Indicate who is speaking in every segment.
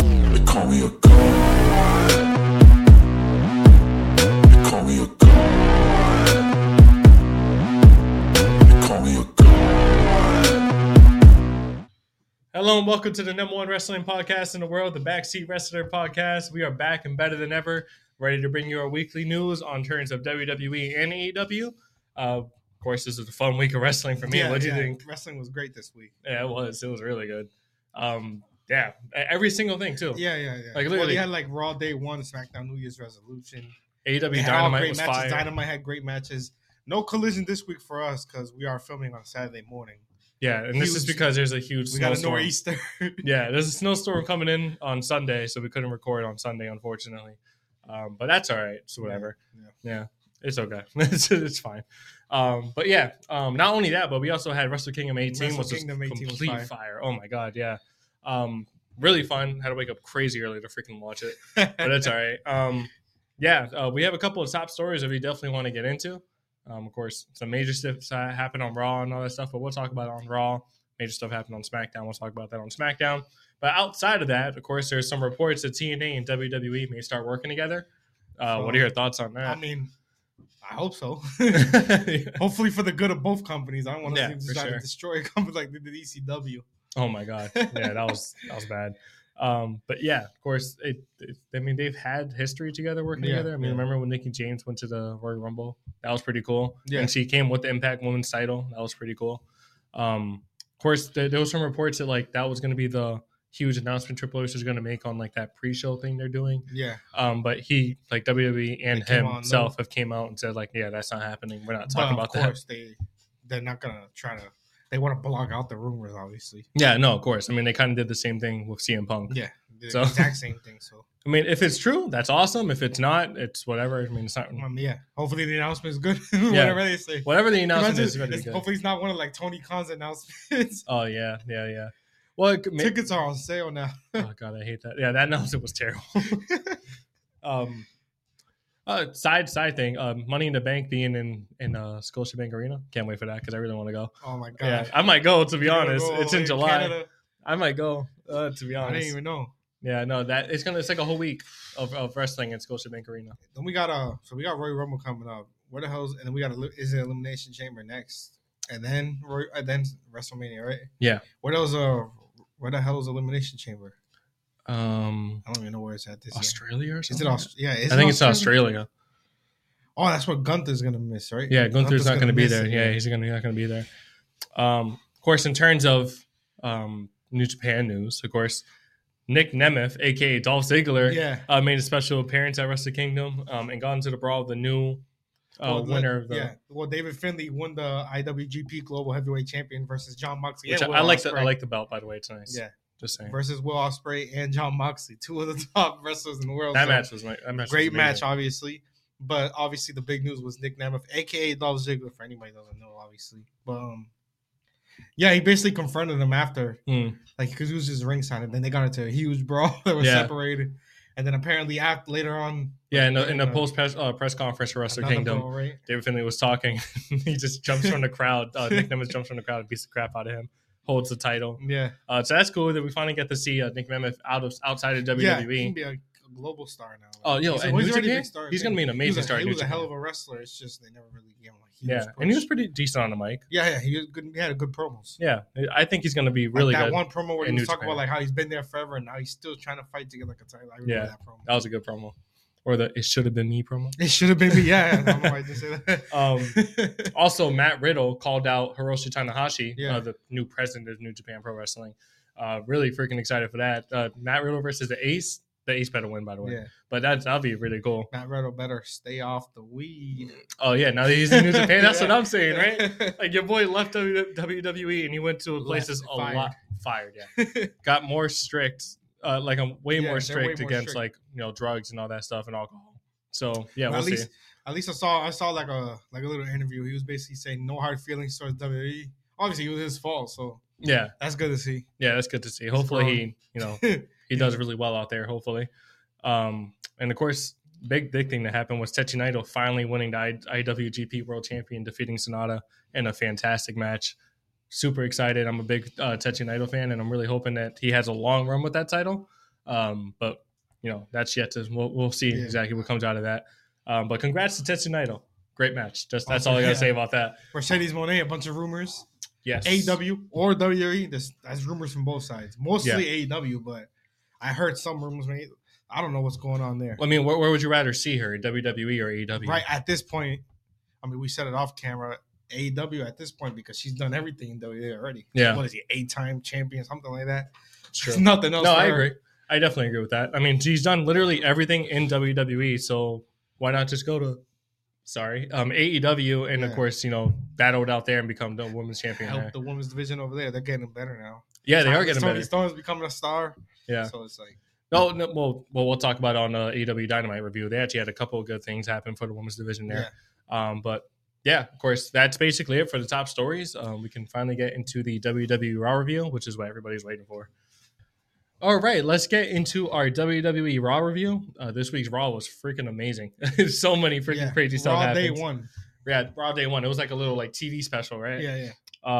Speaker 1: call me a god. You call me a god. You call me a god.
Speaker 2: Hello and welcome to the number one wrestling podcast in the world, the Backseat Wrestler Podcast. We are back and better than ever, ready to bring you our weekly news on turns of WWE and AEW. Uh, of course, this is a fun week of wrestling for me. what do you think?
Speaker 3: Wrestling was great this week.
Speaker 2: Yeah, it was. It was really good. Um, yeah, e- every single thing too.
Speaker 3: Yeah, yeah, yeah.
Speaker 2: Like,
Speaker 3: well,
Speaker 2: literally-
Speaker 3: they had like Raw Day One, SmackDown New Year's Resolution. They
Speaker 2: AEW
Speaker 3: had
Speaker 2: E
Speaker 3: all
Speaker 2: Dynamite
Speaker 3: great
Speaker 2: was
Speaker 3: matches.
Speaker 2: fire.
Speaker 3: Dynamite had great matches. No collision this week for us because we are filming on Saturday morning.
Speaker 2: Yeah, and this is
Speaker 3: Huge.
Speaker 2: because there's a huge
Speaker 3: We got a
Speaker 2: snowstorm.
Speaker 3: nor'easter.
Speaker 2: yeah, there's a snowstorm coming in on Sunday, so we couldn't record on Sunday, unfortunately. Um, but that's all right. So whatever.
Speaker 3: Yeah,
Speaker 2: Yeah, it's okay. it's, it's fine. Um, but yeah, um, not only that, but we also had Wrestle Kingdom 18,
Speaker 3: Wrestle
Speaker 2: which was
Speaker 3: Kingdom 18 was
Speaker 2: complete
Speaker 3: fire.
Speaker 2: fire. Oh my god, yeah. Um, really fun. Had to wake up crazy early to freaking watch it, but that's all right. Um, yeah, uh, we have a couple of top stories that we definitely want to get into. Um, of course, some major stuff that happened on Raw and all that stuff, but we'll talk about it on Raw. Major stuff happened on SmackDown. We'll talk about that on SmackDown. But outside of that, of course, there's some reports that TNA and WWE may start working together. Uh, what are your thoughts on
Speaker 3: I
Speaker 2: that?
Speaker 3: mean, I hope so.
Speaker 2: Yeah.
Speaker 3: Hopefully for the good of both companies. I don't want
Speaker 2: Yeah,
Speaker 3: to
Speaker 2: for
Speaker 3: try
Speaker 2: sure.
Speaker 3: to destroy a company like they did E ECW.
Speaker 2: Oh my god, yeah, that was that was bad. Um, but yeah, of course, it, it, I mean, they've had history together working
Speaker 3: Yeah,
Speaker 2: together. I mean,
Speaker 3: yeah.
Speaker 2: remember when Nikki James went to the Royal Rumble? That was pretty cool.
Speaker 3: Yeah.
Speaker 2: and she came with the Impact Women's Title. That was pretty cool. Um, of course, there, there was some reports that like that was going to be the huge announcement Triple H was going to make on like that pre-show thing they're doing.
Speaker 3: Yeah,
Speaker 2: Um, but he like WWE and
Speaker 3: They came on,
Speaker 2: himself have came out and said like, yeah, that's not happening. We're not
Speaker 3: but
Speaker 2: talking about
Speaker 3: of
Speaker 2: that.
Speaker 3: course they they're not gonna try to. They want to blog out the rumors, obviously.
Speaker 2: Yeah, no, of course. I mean, they kind of did the same thing with CM Punk.
Speaker 3: Yeah, the
Speaker 2: So-
Speaker 3: exact same thing. So
Speaker 2: I mean, if it's true, that's awesome. If it's not, it's whatever. I mean, it's not
Speaker 3: Um, yeah, hopefully the announcement is good. Whatever they say.
Speaker 2: whatever the announcement
Speaker 3: Imagine-
Speaker 2: is. it's gonna be
Speaker 3: it's-
Speaker 2: good.
Speaker 3: hopefully it's not one of like Tony Khan's announcements.
Speaker 2: Oh yeah, yeah, yeah. Well, it could- may-
Speaker 3: Tickets are on sale now.
Speaker 2: oh god, I hate that. Yeah, that announcement was terrible. um, uh, side side thing. Um, Money in the Bank being in in uh, Scotiabank Arena. Can't wait for that because I really want to go.
Speaker 3: Oh my
Speaker 2: Yeah,
Speaker 3: god!
Speaker 2: I might go. To be
Speaker 3: You're gonna
Speaker 2: honest,
Speaker 3: go
Speaker 2: it's in
Speaker 3: away to
Speaker 2: July.
Speaker 3: Canada?
Speaker 2: I might go. Uh, to be
Speaker 3: I
Speaker 2: honest,
Speaker 3: didn't even know.
Speaker 2: yeah, no, that it's gonna it's like a whole week of, of wrestling in Scotiabank Arena.
Speaker 3: Then we got uh, so we got Roy Rumble coming up. Where the hell's and then we got a, is it Elimination Chamber next, and then Roy, and then WrestleMania, right?
Speaker 2: Yeah.
Speaker 3: Where the hell's uh, where the hell's Elimination Chamber?
Speaker 2: Um,
Speaker 3: I don't even know where it's at this year.
Speaker 2: Australia or
Speaker 3: Is
Speaker 2: something?
Speaker 3: it Aust- Yeah, is
Speaker 2: I
Speaker 3: it
Speaker 2: think it's Australia.
Speaker 3: Oh, that's what Gunther's gonna miss, right?
Speaker 2: Yeah, Gunther's not going to be
Speaker 3: miss
Speaker 2: there.
Speaker 3: it,
Speaker 2: Yeah, he's going to not going to be there. Um, of course, in terms of um, New Japan news, of course, Nick Nemeth, aka Dolph Ziggler,
Speaker 3: yeah.
Speaker 2: uh, made a special appearance at Wrestle Kingdom um, and got into the brawl with the new uh,
Speaker 3: Well,
Speaker 2: winner
Speaker 3: like,
Speaker 2: of the.
Speaker 3: yeah. Well, David Finley won the IWGP Global Heavyweight Champion versus John Moxley.
Speaker 2: Which
Speaker 3: and
Speaker 2: I, I
Speaker 3: Will
Speaker 2: like. The, I
Speaker 3: Ospreay.
Speaker 2: like the belt, by the way. It's nice.
Speaker 3: Yeah,
Speaker 2: just saying.
Speaker 3: versus Will Ospreay and John Moxley, two of the top wrestlers in the world.
Speaker 2: That
Speaker 3: So,
Speaker 2: match was nice. That match
Speaker 3: great
Speaker 2: was
Speaker 3: match,
Speaker 2: amazing.
Speaker 3: obviously. But obviously, the big news was Nick Namath, aka Dolph Ziggler, for anybody that doesn't know, obviously. But um, yeah, he basically confronted him after,
Speaker 2: Mm.
Speaker 3: like, because he was just ringside, and then they got into a huge brawl that was
Speaker 2: Yeah.
Speaker 3: separated. And then apparently, after later on,
Speaker 2: Yeah, in the, in the
Speaker 3: another-
Speaker 2: post press, uh, press conference for Wrestle
Speaker 3: another
Speaker 2: Kingdom,
Speaker 3: brawl, right?
Speaker 2: David Finley was talking. he just jumps from the crowd. Uh, Nick Nemeth jumps from the crowd, beats the crap out of him, holds the title.
Speaker 3: Yeah,
Speaker 2: Uh, so that's cool that we finally get to see uh, Nick Nemeth out of outside of
Speaker 3: yeah, he
Speaker 2: WWE.
Speaker 3: can be a, a global star now.
Speaker 2: E. Oh, yo,
Speaker 3: he's,
Speaker 2: and
Speaker 3: well,
Speaker 2: New
Speaker 3: he's already a
Speaker 2: Japan,
Speaker 3: big star.
Speaker 2: he's
Speaker 3: man.
Speaker 2: gonna be an
Speaker 3: He was
Speaker 2: amazing
Speaker 3: a-
Speaker 2: star. in
Speaker 3: He
Speaker 2: New
Speaker 3: was a hell of
Speaker 2: Japan.
Speaker 3: a wrestler. It's just they never really gave him a huge
Speaker 2: yeah,
Speaker 3: push.
Speaker 2: and he was pretty decent on the mic.
Speaker 3: Yeah, yeah, he was good. He had a good promos.
Speaker 2: Yeah, I think he's gonna be really
Speaker 3: like that
Speaker 2: good.
Speaker 3: one promo where
Speaker 2: in
Speaker 3: he
Speaker 2: New
Speaker 3: was talking
Speaker 2: Japan.
Speaker 3: about like how he's been there forever and now he's still trying to fight to get like a title. I remember
Speaker 2: Yeah.
Speaker 3: that promo.
Speaker 2: That was a good promo, or the "It should have been me" promo.
Speaker 3: It should have been me. Yeah, I don't know why I just say that.
Speaker 2: Um, also, Matt Riddle called out Hiroshi Tanahashi,
Speaker 3: Yeah.
Speaker 2: uh, the new president of New Japan Pro Wrestling. Uh, really freaking excited for that. Uh, Matt Riddle versus the Ace. The Ace better win, by the way.
Speaker 3: yeah,
Speaker 2: But that's that'll be really cool.
Speaker 3: Matt Riddle better stay off the weed.
Speaker 2: Oh yeah, now that he's in New Japan, that's what I'm saying, right?
Speaker 3: right?
Speaker 2: Like your boy left W- WWE and he went to a place that's a
Speaker 3: Fired.
Speaker 2: lot fired. Yeah, got more strict. Uh, like I'm way
Speaker 3: Yeah,
Speaker 2: more
Speaker 3: they're
Speaker 2: strict
Speaker 3: way more
Speaker 2: against
Speaker 3: strict.
Speaker 2: like you know drugs and all that stuff and alcohol. So yeah, we'll
Speaker 3: at least,
Speaker 2: see.
Speaker 3: at least I saw I saw like a like a little interview. He was basically saying no hard feelings towards WWE. Obviously, it was his fault, so
Speaker 2: Yeah,
Speaker 3: that's good to see.
Speaker 2: yeah, that's good to see. Hopefully he you know he does really well out there. Hopefully, um, and of course, big big thing that happened was Tetsu Naito finally winning the I- IWGP World Champion, defeating Sonata in a fantastic match. Super excited! I'm a big uh, Tetsu Naito fan, and I'm really hoping that he has a long run with that title. Um, but you know that's yet to we'll, we'll see
Speaker 3: Yeah.
Speaker 2: exactly what comes out of that. Um, but congrats to Tetsu Naito, great match. Just that's all I gotta
Speaker 3: Yeah.
Speaker 2: say about that.
Speaker 3: Mercedes Monet, a bunch of rumors.
Speaker 2: Yes,
Speaker 3: AEW or WWE. There's, that's rumors from both sides. Mostly AEW, but I heard some rumors. man, I don't know what's going on there.
Speaker 2: I mean, where, where would you rather see her, WWE E or AEW?
Speaker 3: Right at this point, I mean, we said it off camera. AEW at this point because she's done everything in WWE already.
Speaker 2: Yeah.
Speaker 3: What is he? Eight time champion, something like that.
Speaker 2: It's true.
Speaker 3: There's nothing else.
Speaker 2: No,
Speaker 3: for
Speaker 2: I
Speaker 3: her.
Speaker 2: agree. I definitely agree with that. I mean, she's done literally everything in WWE, so why not just go to sorry um, AEW and of
Speaker 3: Yeah.
Speaker 2: course you know battled out there and become the women's champion there.
Speaker 3: Help the women's division over there. They're getting better now.
Speaker 2: Yeah, they are getting
Speaker 3: Tony
Speaker 2: better.
Speaker 3: Storm's becoming a star.
Speaker 2: Yeah.
Speaker 3: So it's like,
Speaker 2: No, no well, well, we'll talk about it on uh, AEW Dynamite review. They actually had a couple of good things happen for the women's division there. Um, but yeah, of course, that's basically it for the top stories. Um, we can finally get into the WWE Raw review, which is what everybody's waiting for. All right, let's get into our WWE Raw review. Uh, this week's Raw was freaking amazing. so many freaking
Speaker 3: yeah.
Speaker 2: crazy stuff
Speaker 3: Raw
Speaker 2: happened.
Speaker 3: day one.
Speaker 2: Yeah, Raw day one. It was like a little like TV special, right?
Speaker 3: Yeah, yeah.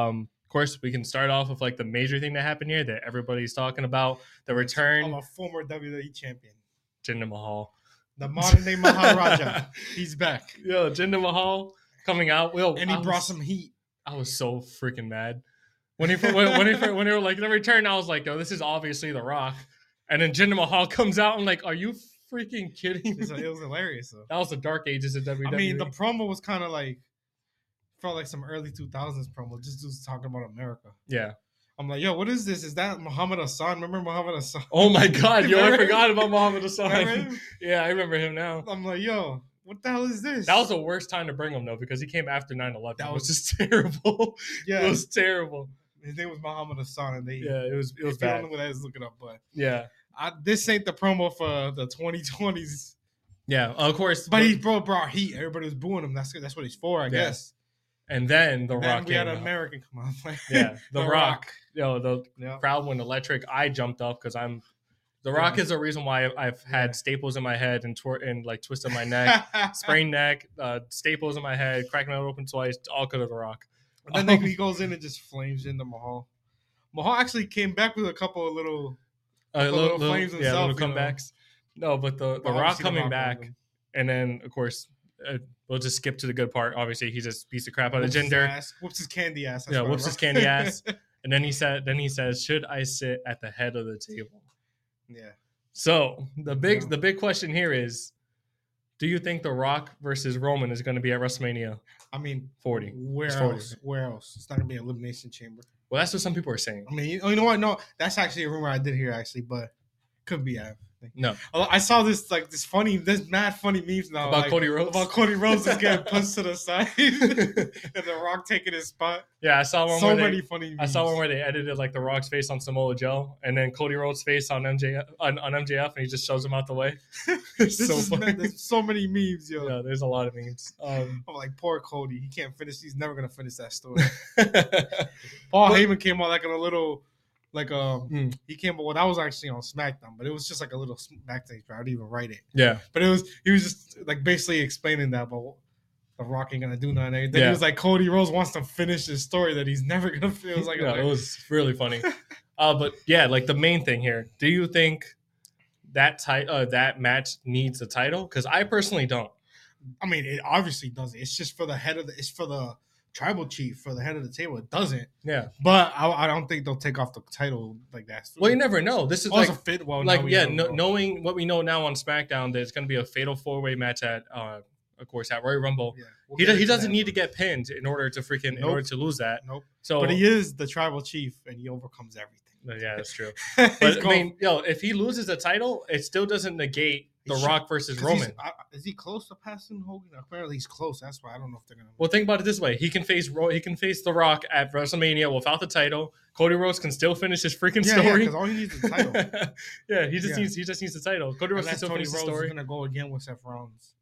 Speaker 2: Um, of course, we can start off with like the major thing that happened here that everybody's talking about: the
Speaker 3: I'm
Speaker 2: return
Speaker 3: a former WWE champion.
Speaker 2: Jinder Mahal.
Speaker 3: The modern day Maharaja. He's back.
Speaker 2: Yo, Jinder Mahal coming out. Yo,
Speaker 3: And he
Speaker 2: I
Speaker 3: brought
Speaker 2: was,
Speaker 3: some heat.
Speaker 2: I was so freaking mad when he fir- when, when he fir- when they were like the return. I was like, yo, this is obviously The Rock. And then Jinder Mahal comes out. I'm like, are you freaking kidding me?
Speaker 3: It's- it was hilarious though.
Speaker 2: That was the dark ages of E. WWE.
Speaker 3: I mean, the promo was kind of like felt like some early 2000s promo. Just dudes talking about America.
Speaker 2: yeah.
Speaker 3: I'm like, yo, what is this? Is that Muhammad Hassan? Remember Muhammad Hassan?
Speaker 2: Oh my God, yo, I
Speaker 3: Remember?
Speaker 2: forgot about Muhammad
Speaker 3: Remember
Speaker 2: Hassan.
Speaker 3: him?
Speaker 2: yeah, I remember him now.
Speaker 3: I'm like, yo, what the hell is this?
Speaker 2: That was the worst time to bring him though, because he came after 9-11.
Speaker 3: That
Speaker 2: That was just terrible.
Speaker 3: yeah.
Speaker 2: It was terrible.
Speaker 3: his name was Muhammad Hassan, and they
Speaker 2: Yeah, it was it was
Speaker 3: if you don't
Speaker 2: bad.
Speaker 3: know what that is, look it up. But
Speaker 2: Yeah.
Speaker 3: I, this ain't the promo for the 2020s.
Speaker 2: Yeah. Of course.
Speaker 3: But he bro brought heat. Everybody was booing him. That's that's what he's for, I
Speaker 2: Yeah.
Speaker 3: guess.
Speaker 2: and then the
Speaker 3: Then
Speaker 2: rock
Speaker 3: we had
Speaker 2: came
Speaker 3: an
Speaker 2: out.
Speaker 3: American come on, like,
Speaker 2: Yeah, The, rock. Yo, the
Speaker 3: Yeah.
Speaker 2: crowd went electric. I jumped up because I'm. The
Speaker 3: Yeah.
Speaker 2: Rock is the reason why I've- I've had
Speaker 3: Yeah.
Speaker 2: staples in my head and twir- and like twisted my neck, sprained neck, uh, staples in my head, cracked my head open twice, all because of The Rock.
Speaker 3: And then he goes in and just flames into Mahal. Mahal actually came back with a couple of little,
Speaker 2: Uh,
Speaker 3: The
Speaker 2: little,
Speaker 3: little
Speaker 2: little,
Speaker 3: flames
Speaker 2: yeah,
Speaker 3: himself,
Speaker 2: little
Speaker 3: you know.
Speaker 2: comebacks. No, but the, the
Speaker 3: Well,
Speaker 2: Rock
Speaker 3: obviously
Speaker 2: coming
Speaker 3: rocked
Speaker 2: back,
Speaker 3: him.
Speaker 2: and then of course uh, we'll just skip to the good part. Obviously, he just beats the crap out of
Speaker 3: Whoops his
Speaker 2: Jinder,
Speaker 3: ass, whoops his candy ass. that's
Speaker 2: Yeah,
Speaker 3: what I
Speaker 2: whoops his
Speaker 3: wrote.
Speaker 2: candy ass. and then he said, then he says, "Should I sit at the head of the table?"
Speaker 3: yeah,
Speaker 2: So the big
Speaker 3: Yeah.
Speaker 2: the big question here is, do you think The Rock versus Roman is going to be at WrestleMania
Speaker 3: I mean,
Speaker 2: 40?
Speaker 3: where
Speaker 2: It's 40.
Speaker 3: else? Where else? It's not gonna be an elimination chamber.
Speaker 2: Well, that's what some people are saying.
Speaker 3: I mean, you, oh, you know what? No, that's actually a rumor I did hear actually, but could be. I,
Speaker 2: No,
Speaker 3: I saw this like this funny, this mad funny memes now
Speaker 2: about
Speaker 3: like,
Speaker 2: Cody Rhodes.
Speaker 3: about Cody Rhodes is getting pushed to the side and The Rock taking his spot.
Speaker 2: yeah, I saw one
Speaker 3: So
Speaker 2: where
Speaker 3: many
Speaker 2: they,
Speaker 3: funny. Memes.
Speaker 2: I saw one where they edited like The Rock's face on Samoa Joe and then Cody Rhodes' face on MJF on, on MJF, and he just shoves him out the way. It's
Speaker 3: This
Speaker 2: so
Speaker 3: is
Speaker 2: funny.
Speaker 3: mad. There's so many memes, yo.
Speaker 2: Yeah, there's a lot of memes. Um,
Speaker 3: I'm like, poor Cody. He can't finish. He's never gonna finish that story. Paul Heyman came out like on a little, like um,
Speaker 2: Mm.
Speaker 3: he came. Well, that was actually on SmackDown, but it was just like a little SmackDown. I didn't even write it,
Speaker 2: yeah,
Speaker 3: but it was he was just like basically explaining that about the Rock ain't gonna do nothing. Then he
Speaker 2: Yeah.
Speaker 3: was like, Cody Rhodes wants to finish this story that he's never gonna finish. It was like,
Speaker 2: yeah,
Speaker 3: I'm
Speaker 2: it
Speaker 3: like,
Speaker 2: was really funny. uh, but yeah, like the main thing here, do you think that ti- uh, that match needs a title? Because I personally don't.
Speaker 3: I mean, it obviously doesn't. It's just for the head of the. It's for the tribal chief for the head of the table. It doesn't.
Speaker 2: Yeah.
Speaker 3: But I, I don't think they'll take off the title like that.
Speaker 2: Well, you never know. This is
Speaker 3: Oh, it's
Speaker 2: like,
Speaker 3: a fit. Well, now
Speaker 2: like
Speaker 3: we
Speaker 2: yeah,
Speaker 3: know,
Speaker 2: no,
Speaker 3: bro.
Speaker 2: knowing what we know now on SmackDown, that it's going to be a fatal four way match at, uh, of course, at Royal Rumble.
Speaker 3: Yeah, we'll
Speaker 2: He,
Speaker 3: get
Speaker 2: do, he
Speaker 3: into
Speaker 2: doesn't
Speaker 3: that.
Speaker 2: need to get pinned in order to freaking in
Speaker 3: Nope.
Speaker 2: order to lose that.
Speaker 3: Nope.
Speaker 2: So uh,
Speaker 3: But he is the tribal chief, and he overcomes everything.
Speaker 2: yeah, that's true.
Speaker 3: He's
Speaker 2: But I
Speaker 3: going-
Speaker 2: mean, yo, if he loses the title, it still doesn't negate The
Speaker 3: He should-
Speaker 2: Rock versus
Speaker 3: 'cause he's-
Speaker 2: Roman.
Speaker 3: I- is he close to passing Hogan? Apparently, he's close. That's why I don't know if they're gonna.
Speaker 2: Well, think about it this way: he can face Ro- he can face The Rock at WrestleMania without the title. Cody Rhodes can still finish his freaking
Speaker 3: yeah, yeah,
Speaker 2: story.
Speaker 3: 'cause all he needs is the title.
Speaker 2: Yeah, he just
Speaker 3: Yeah.
Speaker 2: needs he just needs the title. Cody Rhodes can
Speaker 3: Unless
Speaker 2: still
Speaker 3: Tony
Speaker 2: finish his
Speaker 3: Rhodes is
Speaker 2: story.
Speaker 3: gonna go again with Seth Rollins.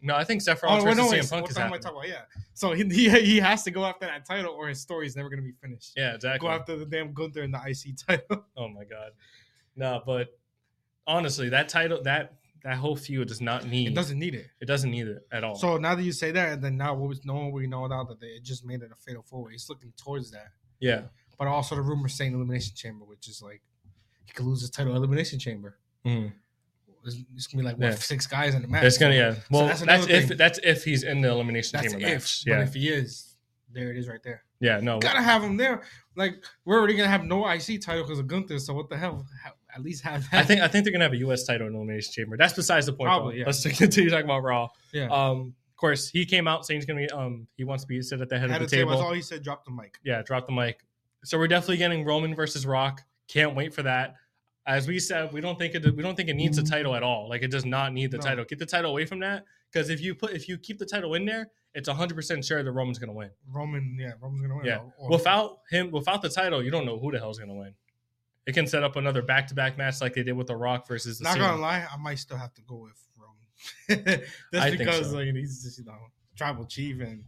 Speaker 2: No, I think Seth
Speaker 3: Oh,
Speaker 2: Rollins
Speaker 3: wait,
Speaker 2: versus
Speaker 3: no, wait.
Speaker 2: CM Punk
Speaker 3: what
Speaker 2: is
Speaker 3: the hell am I
Speaker 2: happening.
Speaker 3: talking about? Yeah. So he, he he has to go after that title, or his story is never gonna be finished.
Speaker 2: Yeah, exactly.
Speaker 3: Go after the damn Gunther and the IC title.
Speaker 2: Oh my god. No, but honestly, that title that that whole feud does not need
Speaker 3: It doesn't need it.
Speaker 2: it doesn't need it at all.
Speaker 3: So now that you say that, and then now what was knowing we know now that they just made it a fatal four way. It's looking towards that.
Speaker 2: yeah.
Speaker 3: but also the rumors saying elimination chamber, which is like he could lose his title elimination chamber.
Speaker 2: Mhm.
Speaker 3: it's, it's gonna be like what
Speaker 2: Yeah.
Speaker 3: six guys in the match.
Speaker 2: It's gonna yeah. Well,
Speaker 3: that's
Speaker 2: that's,
Speaker 3: another
Speaker 2: if
Speaker 3: thing.
Speaker 2: that's if he's in the elimination
Speaker 3: That's
Speaker 2: chamber
Speaker 3: if.
Speaker 2: match. Yeah,
Speaker 3: But if he is, there it is right there.
Speaker 2: yeah. No,
Speaker 3: Gotta have him there. Like we're already gonna have no IC title because of Gunther. So what the hell? Ha- At least have that.
Speaker 2: I think I think they're gonna have a U.S. title in elimination chamber. That's besides the point.
Speaker 3: Probably,
Speaker 2: though.
Speaker 3: yeah.
Speaker 2: Let's continue talking about Raw.
Speaker 3: yeah.
Speaker 2: Um, of course, he came out saying he's gonna be um he wants to be sit at the head
Speaker 3: At
Speaker 2: of the table.
Speaker 3: That's all he said. Drop the mic.
Speaker 2: yeah, drop the mic. So we're definitely getting Roman versus Rock. Can't wait for that. As we said, we don't think it we don't think it needs a title at all. Like it does not need the
Speaker 3: No.
Speaker 2: title. Get the title away from that because if you put if you keep the title in there, it's 100% sure that Roman's going to win.
Speaker 3: Roman. Yeah. Roman's gonna win.
Speaker 2: Yeah.
Speaker 3: Or- or-
Speaker 2: Without him without the title, you don't know who the hell's going to win. It can set up another back-to-back match like they did with The Rock versus the
Speaker 3: not
Speaker 2: Cena.
Speaker 3: gonna lie, I might still have to go with Roman. That's
Speaker 2: I think
Speaker 3: because
Speaker 2: so.
Speaker 3: like he's just you know tribal chief and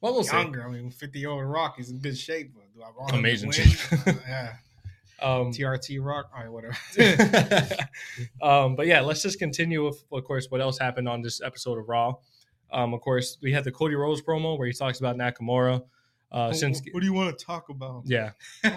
Speaker 2: Well, we'll see.
Speaker 3: younger. I mean, fifty year old Rock is in good shape. But do I want him to
Speaker 2: Amazing
Speaker 3: win?
Speaker 2: chief.
Speaker 3: Uh, yeah.
Speaker 2: Um,
Speaker 3: TRT Rock. All right, whatever.
Speaker 2: Uh, um, but yeah, let's just continue with, of course, what else happened on this episode of Raw. Um, of course, we had the Cody Rhodes promo where he talks about Nakamura.
Speaker 3: Oh.
Speaker 2: Uh, since
Speaker 3: what do you want to talk about?
Speaker 2: yeah, uh,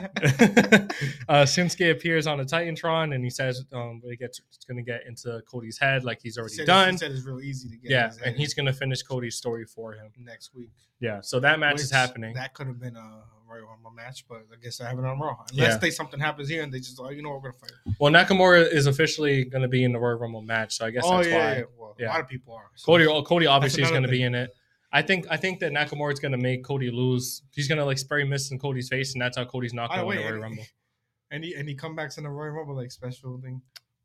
Speaker 2: Shinsuke appears on the Titantron and he says um, it gets it's going to get into Cody's head like he's
Speaker 3: He
Speaker 2: already
Speaker 3: said
Speaker 2: done.
Speaker 3: He said it's real easy to get.
Speaker 2: yeah,
Speaker 3: his
Speaker 2: and
Speaker 3: head
Speaker 2: he's going to finish Cody's story for him.
Speaker 3: next week.
Speaker 2: Yeah, so that match is
Speaker 3: Which,
Speaker 2: happening.
Speaker 3: That could have been uh, a Royal Rumble match, but I guess I have it on Raw. Unless
Speaker 2: Yeah.
Speaker 3: they something happens here and they just, oh, you know, what, we're gonna fight.
Speaker 2: Well, Nakamura is officially going to be in the Royal Rumble match, so I guess
Speaker 3: oh
Speaker 2: that's
Speaker 3: yeah,
Speaker 2: why.
Speaker 3: yeah. Well,
Speaker 2: Yeah.
Speaker 3: a lot of people are. So-
Speaker 2: Cody, oh, Cody obviously is
Speaker 3: another
Speaker 2: going to be in it. I think I think that Nakamura is going to make Cody lose. He's going to like spray mist in Cody's face, and that's how Cody's not
Speaker 3: By
Speaker 2: going to win
Speaker 3: the way,
Speaker 2: the Royal
Speaker 3: any-
Speaker 2: Rumble.
Speaker 3: and he and he comebacks in the Royal Rumble like special thing.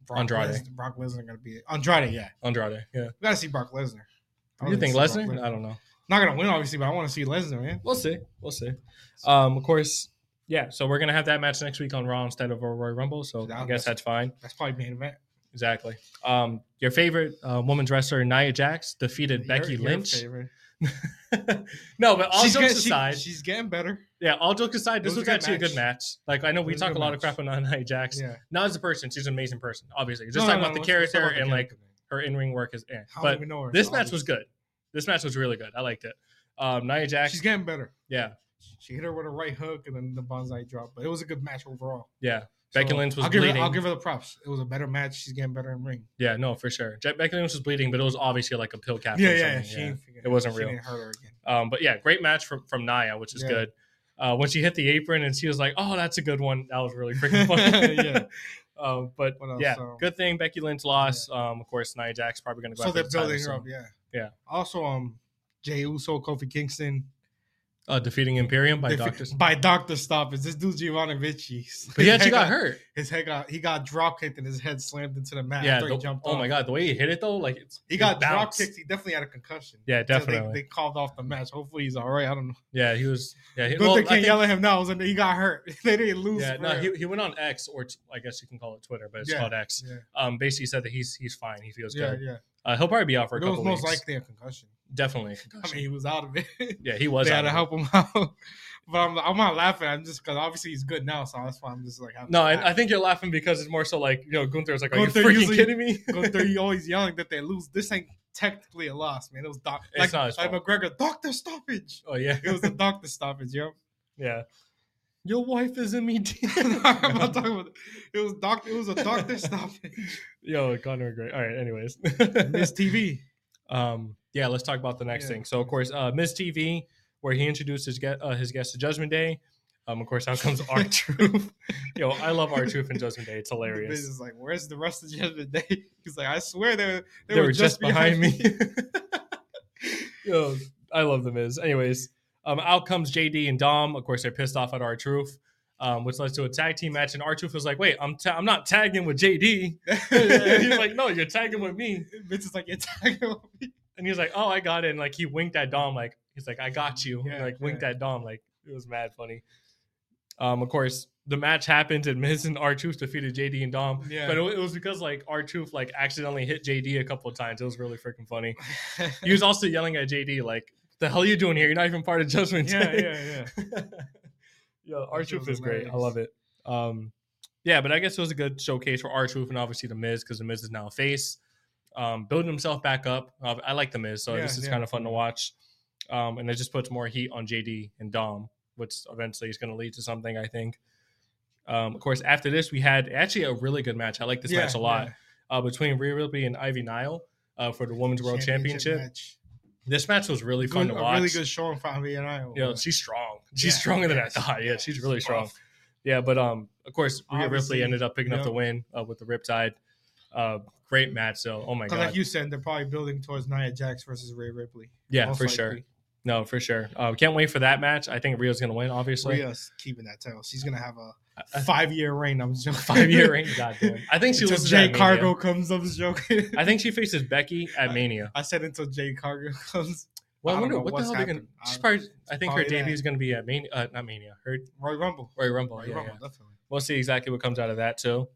Speaker 3: Brock
Speaker 2: Andrade.
Speaker 3: Les- Brock Lesnar gonna be it. Andrade. Yeah,
Speaker 2: Andrade, yeah.
Speaker 3: we gotta see Brock Lesnar.
Speaker 2: You
Speaker 3: I wanna
Speaker 2: think
Speaker 3: see Brock
Speaker 2: Lesnar? I don't know.
Speaker 3: Not gonna win, obviously, but I want to see Lesnar, man.
Speaker 2: We'll see. We'll see. Um, of course, yeah. So we're going to have that match next week on Raw instead of a Royal Rumble. So I
Speaker 3: That-
Speaker 2: guess that's fine.
Speaker 3: That's probably main event.
Speaker 2: Exactly. Um, your favorite uh, women's wrestler, Nia Jax, defeated
Speaker 3: Your-
Speaker 2: Becky
Speaker 3: your
Speaker 2: Lynch.
Speaker 3: favorite.
Speaker 2: no, but all
Speaker 3: she's
Speaker 2: jokes
Speaker 3: getting, she-
Speaker 2: aside,
Speaker 3: she's getting better.
Speaker 2: yeah, all jokes aside, this
Speaker 3: It
Speaker 2: was,
Speaker 3: was a good
Speaker 2: actually a
Speaker 3: match.
Speaker 2: good match. Like I know
Speaker 3: It
Speaker 2: we
Speaker 3: was a
Speaker 2: talk a
Speaker 3: good
Speaker 2: lot of
Speaker 3: match.
Speaker 2: crap on Nia Jax.
Speaker 3: Yeah,
Speaker 2: not as a person. She's an amazing person, obviously. Just
Speaker 3: No,
Speaker 2: talking
Speaker 3: no,
Speaker 2: about
Speaker 3: no,
Speaker 2: the
Speaker 3: let's- let's talk
Speaker 2: character
Speaker 3: about the
Speaker 2: and like
Speaker 3: character.
Speaker 2: her in ring work is. Eh.
Speaker 3: How do
Speaker 2: But
Speaker 3: we know her?
Speaker 2: this
Speaker 3: So
Speaker 2: match was
Speaker 3: obviously-
Speaker 2: good. This match was really good. I liked it. Um, Nia Jax.
Speaker 3: She's getting better.
Speaker 2: yeah,
Speaker 3: She hit her with a right hook and then the bonsai drop, but it was a good match overall.
Speaker 2: yeah, Becky Lynch was
Speaker 3: I'll give, her,
Speaker 2: bleeding.
Speaker 3: I'll give her the props. It was a better match. She's getting better in ring.
Speaker 2: yeah. No, for sure. Je- Becky Lynch was bleeding, but it was obviously like a pill cap. or something,
Speaker 3: She ain't figured
Speaker 2: It wasn't
Speaker 3: she
Speaker 2: real.
Speaker 3: Didn't hurt her again.
Speaker 2: Um, but yeah, great match from from Nia, which is
Speaker 3: Yeah.
Speaker 2: good. Uh, when she hit the apron and she was like, "Oh, that's a good one." That was really freaking funny.
Speaker 3: Yeah.
Speaker 2: Um, but
Speaker 3: What else?
Speaker 2: yeah,
Speaker 3: Um,
Speaker 2: good thing Becky Lynch lost. Um, of course, Nia Jax probably going to go.
Speaker 3: So
Speaker 2: after
Speaker 3: they're
Speaker 2: the title
Speaker 3: building her
Speaker 2: soon.
Speaker 3: up. Yeah.
Speaker 2: Yeah.
Speaker 3: Also, um, Jey Uso, Kofi Kingston
Speaker 2: Uh, defeating Imperium by
Speaker 3: They fi-
Speaker 2: Doctor.
Speaker 3: by Doctor Stoppage. This dude Giovanni Vinci.
Speaker 2: But yeah, she
Speaker 3: His
Speaker 2: got
Speaker 3: head
Speaker 2: hurt.
Speaker 3: His head got he got drop kicked and his head slammed into the mat.
Speaker 2: yeah.
Speaker 3: after he
Speaker 2: the-
Speaker 3: jumped.
Speaker 2: oh
Speaker 3: off.
Speaker 2: my god, the way he hit it though, like it's,
Speaker 3: He
Speaker 2: it
Speaker 3: got drop
Speaker 2: bounced.
Speaker 3: kicked. He definitely had a concussion.
Speaker 2: Yeah,
Speaker 3: So they-
Speaker 2: definitely.
Speaker 3: They, called off the match. Hopefully he's all right. I don't know.
Speaker 2: Yeah, he was. Yeah, he,
Speaker 3: Good
Speaker 2: well, I
Speaker 3: thing can't
Speaker 2: think-
Speaker 3: yell at him now. It was in- He got hurt. they didn't lose.
Speaker 2: yeah,
Speaker 3: for
Speaker 2: no,
Speaker 3: real.
Speaker 2: he, he went on X or t- I guess you can call it Twitter, but it's
Speaker 3: Yeah.
Speaker 2: called X.
Speaker 3: yeah,
Speaker 2: Um, basically said that he's he's fine. He feels
Speaker 3: yeah,
Speaker 2: good.
Speaker 3: yeah.
Speaker 2: Uh, he'll probably be out for a
Speaker 3: It was
Speaker 2: couple
Speaker 3: most
Speaker 2: weeks.
Speaker 3: likely a concussion.
Speaker 2: Definitely. a
Speaker 3: I
Speaker 2: concussion.
Speaker 3: mean, he was out of it.
Speaker 2: yeah, he was.
Speaker 3: they had
Speaker 2: out
Speaker 3: to
Speaker 2: of it.
Speaker 3: help him out. But I'm, I'm not laughing. I'm just because obviously he's good now, so that's why I'm just like. having
Speaker 2: No,
Speaker 3: to
Speaker 2: I, I
Speaker 3: laugh.
Speaker 2: think you're laughing because it's more so like you know Gunther was like, "Are
Speaker 3: Gunther
Speaker 2: you freaking
Speaker 3: usually-
Speaker 2: kidding me?"
Speaker 3: Gunther, you always yelling that they lose. This ain't technically a loss, man. It was doc-
Speaker 2: It's
Speaker 3: like,
Speaker 2: not his
Speaker 3: like
Speaker 2: fault.
Speaker 3: McGregor doctor stoppage.
Speaker 2: oh yeah,
Speaker 3: It was a doctor stoppage, yo.
Speaker 2: yeah. Your wife is in me.
Speaker 3: I'm not talking about. It was doc. It was a doctor stoppage.
Speaker 2: Yo, Connor, great. All right, anyways.
Speaker 3: Miss TV.
Speaker 2: Um, yeah, let's talk about the next
Speaker 3: Yeah.
Speaker 2: thing. So, of course, uh, Ms. TV, where he introduced his, gue- uh, his guest to Judgment Day. Um, of course, out comes R Truth. Yo, I love R Truth and Judgment Day. It's
Speaker 3: The bitch
Speaker 2: hilarious.
Speaker 3: is like, where's the rest of the other day? He's like, I swear they were,
Speaker 2: They, were, just behind me. Yo, I love the Miz. Anyways, um, out comes JD and Dom. Of course, they're pissed off at R Truth, um, which led to a tag team match. And R Truth was like, wait, I'm, ta- I'm not tagging with JD. And he's like, no, you're tagging with me.
Speaker 3: Bitch is like, attacking me.
Speaker 2: And he's like, "Oh, I got it." And like he winked at Dom, like he's like, "I got you." and,
Speaker 3: Yeah,
Speaker 2: like winked
Speaker 3: yeah.
Speaker 2: at Dom, like it was mad funny. Um, of course, the match happened, and Miz and R Truth defeated JD and Dom.
Speaker 3: Yeah.
Speaker 2: But it, wa- it was because like R Truth like accidentally hit JD a couple of times. It was really freaking funny. He was also yelling at JD like, "The hell you doing here? You're not even part of Judgment
Speaker 3: yeah,
Speaker 2: Day."
Speaker 3: yeah, yeah.
Speaker 2: yeah. Yo, R Truth
Speaker 3: was
Speaker 2: is great. I
Speaker 3: hilarious.
Speaker 2: love it. Um, yeah, but I guess it was a good showcase for R Truth and obviously the Miz because the Miz is now a face, um, building himself back up. Uh, I like the Miz, so
Speaker 3: Yeah,
Speaker 2: this is
Speaker 3: yeah.
Speaker 2: kind of fun to watch, um, and it just puts more heat on JD and Dom, which eventually is going to lead to something. I think. Um, of course, after this, we had actually a really good match. I like this
Speaker 3: Yeah,
Speaker 2: match a lot.
Speaker 3: yeah.
Speaker 2: uh, between Rhea Ripley and Ivy Nile uh, for the Women's World Championship.
Speaker 3: match.
Speaker 2: This match was really fun
Speaker 3: Good, a
Speaker 2: to watch.
Speaker 3: really good showing for Javier and I.
Speaker 2: you know, she's strong. She's
Speaker 3: Yeah,
Speaker 2: stronger than
Speaker 3: yeah,
Speaker 2: I
Speaker 3: she's-
Speaker 2: thought. Yeah,
Speaker 3: yeah,
Speaker 2: she's
Speaker 3: she's
Speaker 2: really strong.
Speaker 3: buff.
Speaker 2: Yeah, but um, of course, Rhea Ripley
Speaker 3: Obviously,
Speaker 2: ended up picking up
Speaker 3: yeah.
Speaker 2: the win uh, with the Riptide. Uh, great match, though. Oh my
Speaker 3: 'Cause
Speaker 2: god,
Speaker 3: like you said, they're probably building towards Nia Jax versus Ray Ripley.
Speaker 2: yeah,
Speaker 3: most
Speaker 2: for sure.
Speaker 3: likely.
Speaker 2: No, for sure. Uh, can't wait for that match. I think Rhea's gonna win. Obviously,
Speaker 3: Rhea's keeping that title. She's gonna have a
Speaker 2: I-
Speaker 3: five year reign. I'm joking.
Speaker 2: five year reign. Goddamn. I think she
Speaker 3: Until
Speaker 2: loses
Speaker 3: Jay
Speaker 2: at Mania.
Speaker 3: Cargo comes, I'm joking.
Speaker 2: I think she faces Becky at Mania.
Speaker 3: I said until Jay Cargo comes.
Speaker 2: Well, I,
Speaker 3: I don't
Speaker 2: wonder
Speaker 3: know
Speaker 2: what the
Speaker 3: what's
Speaker 2: hell they're gonna.
Speaker 3: happened.
Speaker 2: She's
Speaker 3: I-
Speaker 2: probably. I think her
Speaker 3: probably that.
Speaker 2: debut is gonna be at Mania. Uh, not Mania. Her
Speaker 3: Roy Rumble.
Speaker 2: Royal Rumble.
Speaker 3: Roy
Speaker 2: Oh, yeah,
Speaker 3: Rumble,
Speaker 2: yeah.
Speaker 3: definitely.
Speaker 2: We'll see exactly what comes out of that too.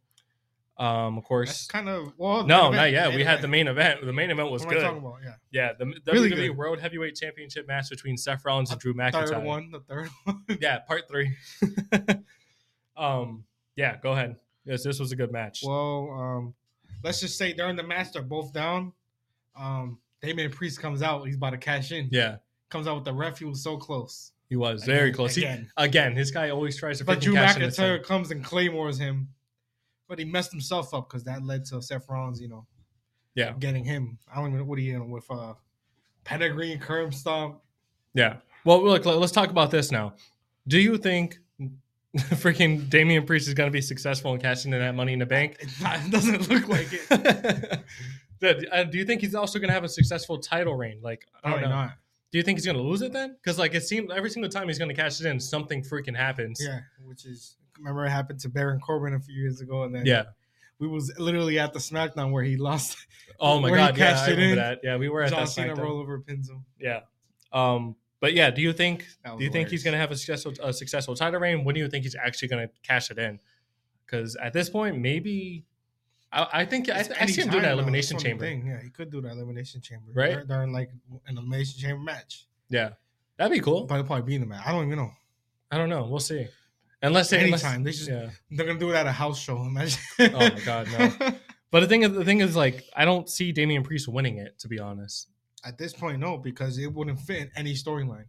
Speaker 2: Um, of
Speaker 3: That's
Speaker 2: course.
Speaker 3: kind of well.
Speaker 2: No, not
Speaker 3: main event,
Speaker 2: yet.
Speaker 3: main
Speaker 2: We had
Speaker 3: event.
Speaker 2: the main event. The main event was
Speaker 3: What am I talking
Speaker 2: good.
Speaker 3: about? Yeah.
Speaker 2: Yeah, the the
Speaker 3: Really
Speaker 2: WWE
Speaker 3: good.
Speaker 2: World Heavyweight Championship match between Seth Rollins and Drew
Speaker 3: Third
Speaker 2: McIntyre.
Speaker 3: one, the third one.
Speaker 2: Yeah, part three. um, yeah, go ahead. Yes, this was a good match.
Speaker 3: Well, um, let's just say during the match they're both down. Um, Damian Priest comes out. He's about to cash in.
Speaker 2: yeah,
Speaker 3: Comes out with the ref. He was so close.
Speaker 2: he was very
Speaker 3: Again,
Speaker 2: close. He- Again.
Speaker 3: again.
Speaker 2: this guy always tries to.
Speaker 3: But
Speaker 2: freaking
Speaker 3: Drew
Speaker 2: cash in this
Speaker 3: McIntyre
Speaker 2: thing.
Speaker 3: comes and claymores him. But he messed himself up because that led to Seth Rollins, you know,
Speaker 2: Yeah,
Speaker 3: getting him. I don't even know what he in with uh pedigree curb stomp.
Speaker 2: yeah. Well, look, let- let's talk about this now. Do you think freaking Damian Priest is going to be successful in cashing in that Money in the Bank?
Speaker 3: It, not- it doesn't look like it.
Speaker 2: Dude, uh, do you think he's also going to have a successful title reign? Like, I don't
Speaker 3: Probably
Speaker 2: know.
Speaker 3: not.
Speaker 2: Do you think he's gonna lose it then? Because like it seems every single time he's gonna cash it in, something freaking happens.
Speaker 3: Yeah, which is remember it happened to Baron Corbin a few years ago, and then
Speaker 2: Yeah.
Speaker 3: we was literally at the SmackDown where he lost.
Speaker 2: Oh my
Speaker 3: Where he
Speaker 2: god. Yeah,
Speaker 3: cashed
Speaker 2: I
Speaker 3: it
Speaker 2: remember
Speaker 3: in.
Speaker 2: that. Yeah, we were at
Speaker 3: John
Speaker 2: that
Speaker 3: Cena
Speaker 2: SmackDown.
Speaker 3: rollover pins him.
Speaker 2: Yeah. Um. But yeah, do you think
Speaker 3: That was
Speaker 2: do you think he's
Speaker 3: hilarious.
Speaker 2: gonna have a successful a successful title reign? When do you think he's actually gonna cash it in? Because at this point, maybe I, I think I,
Speaker 3: It's
Speaker 2: I see him
Speaker 3: anytime
Speaker 2: doing that
Speaker 3: now,
Speaker 2: elimination
Speaker 3: that's the
Speaker 2: chamber.
Speaker 3: only thing. Yeah, he could do that elimination chamber,
Speaker 2: Right?
Speaker 3: dur- During like an elimination chamber match,
Speaker 2: Yeah, that'd be cool.
Speaker 3: but it'll probably be in the match. I don't even know.
Speaker 2: I don't know. We'll see. Unless they unless-
Speaker 3: Anytime they just
Speaker 2: Yeah.
Speaker 3: they're gonna do it at a house show. Imagine.
Speaker 2: Oh my god, no. But the thing is, the thing is, like, I don't see Damian Priest winning it. To be honest.
Speaker 3: At this point, no, because it wouldn't fit in any storyline.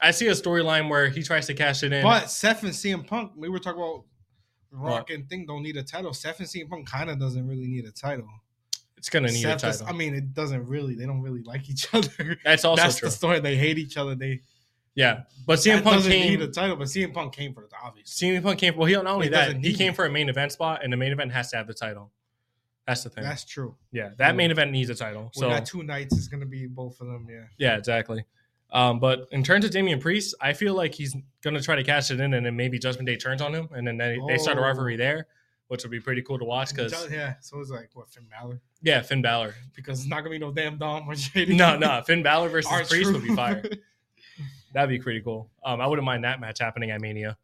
Speaker 2: I see a storyline where he tries to cash it in.
Speaker 3: But Seth and CM Punk, we were talking about Rock
Speaker 2: What?
Speaker 3: and Thing don't need a title. Seth and CM Punk kind of doesn't really need a title.
Speaker 2: it's gonna need
Speaker 3: Seth
Speaker 2: a
Speaker 3: is-
Speaker 2: title.
Speaker 3: I mean, it doesn't really. They don't really like each other.
Speaker 2: That's also
Speaker 3: That's
Speaker 2: true.
Speaker 3: the story. They hate each other. They
Speaker 2: yeah, but CM
Speaker 3: CM
Speaker 2: Punk
Speaker 3: doesn't need a
Speaker 2: came.
Speaker 3: title, but CM Punk came for the obvious.
Speaker 2: CM Punk came. Well, he not only
Speaker 3: He
Speaker 2: that,
Speaker 3: doesn't
Speaker 2: he
Speaker 3: need
Speaker 2: came
Speaker 3: it.
Speaker 2: for a main event spot, and the main event has to have the title. That's the thing.
Speaker 3: That's true.
Speaker 2: yeah, that main event needs a title.
Speaker 3: we
Speaker 2: So
Speaker 3: got two nights. It's gonna be both of them. Yeah.
Speaker 2: yeah, exactly. Um, but in terms of Damian Priest, I feel like he's gonna try to cash it in, and then maybe Judgment Day turns on him, and then they, they start a
Speaker 3: Oh.
Speaker 2: rivalry there, which would be pretty cool to watch.
Speaker 3: And
Speaker 2: Because
Speaker 3: John- yeah. So it's like what Finn Balor
Speaker 2: yeah, Finn Balor.
Speaker 3: because it's not gonna be no damn Dom or JD.
Speaker 2: No, no, Finn Balor versus
Speaker 3: Our
Speaker 2: Priest would be
Speaker 3: truth.
Speaker 2: fire. That'd be pretty cool. Um, I wouldn't mind that match happening at Mania.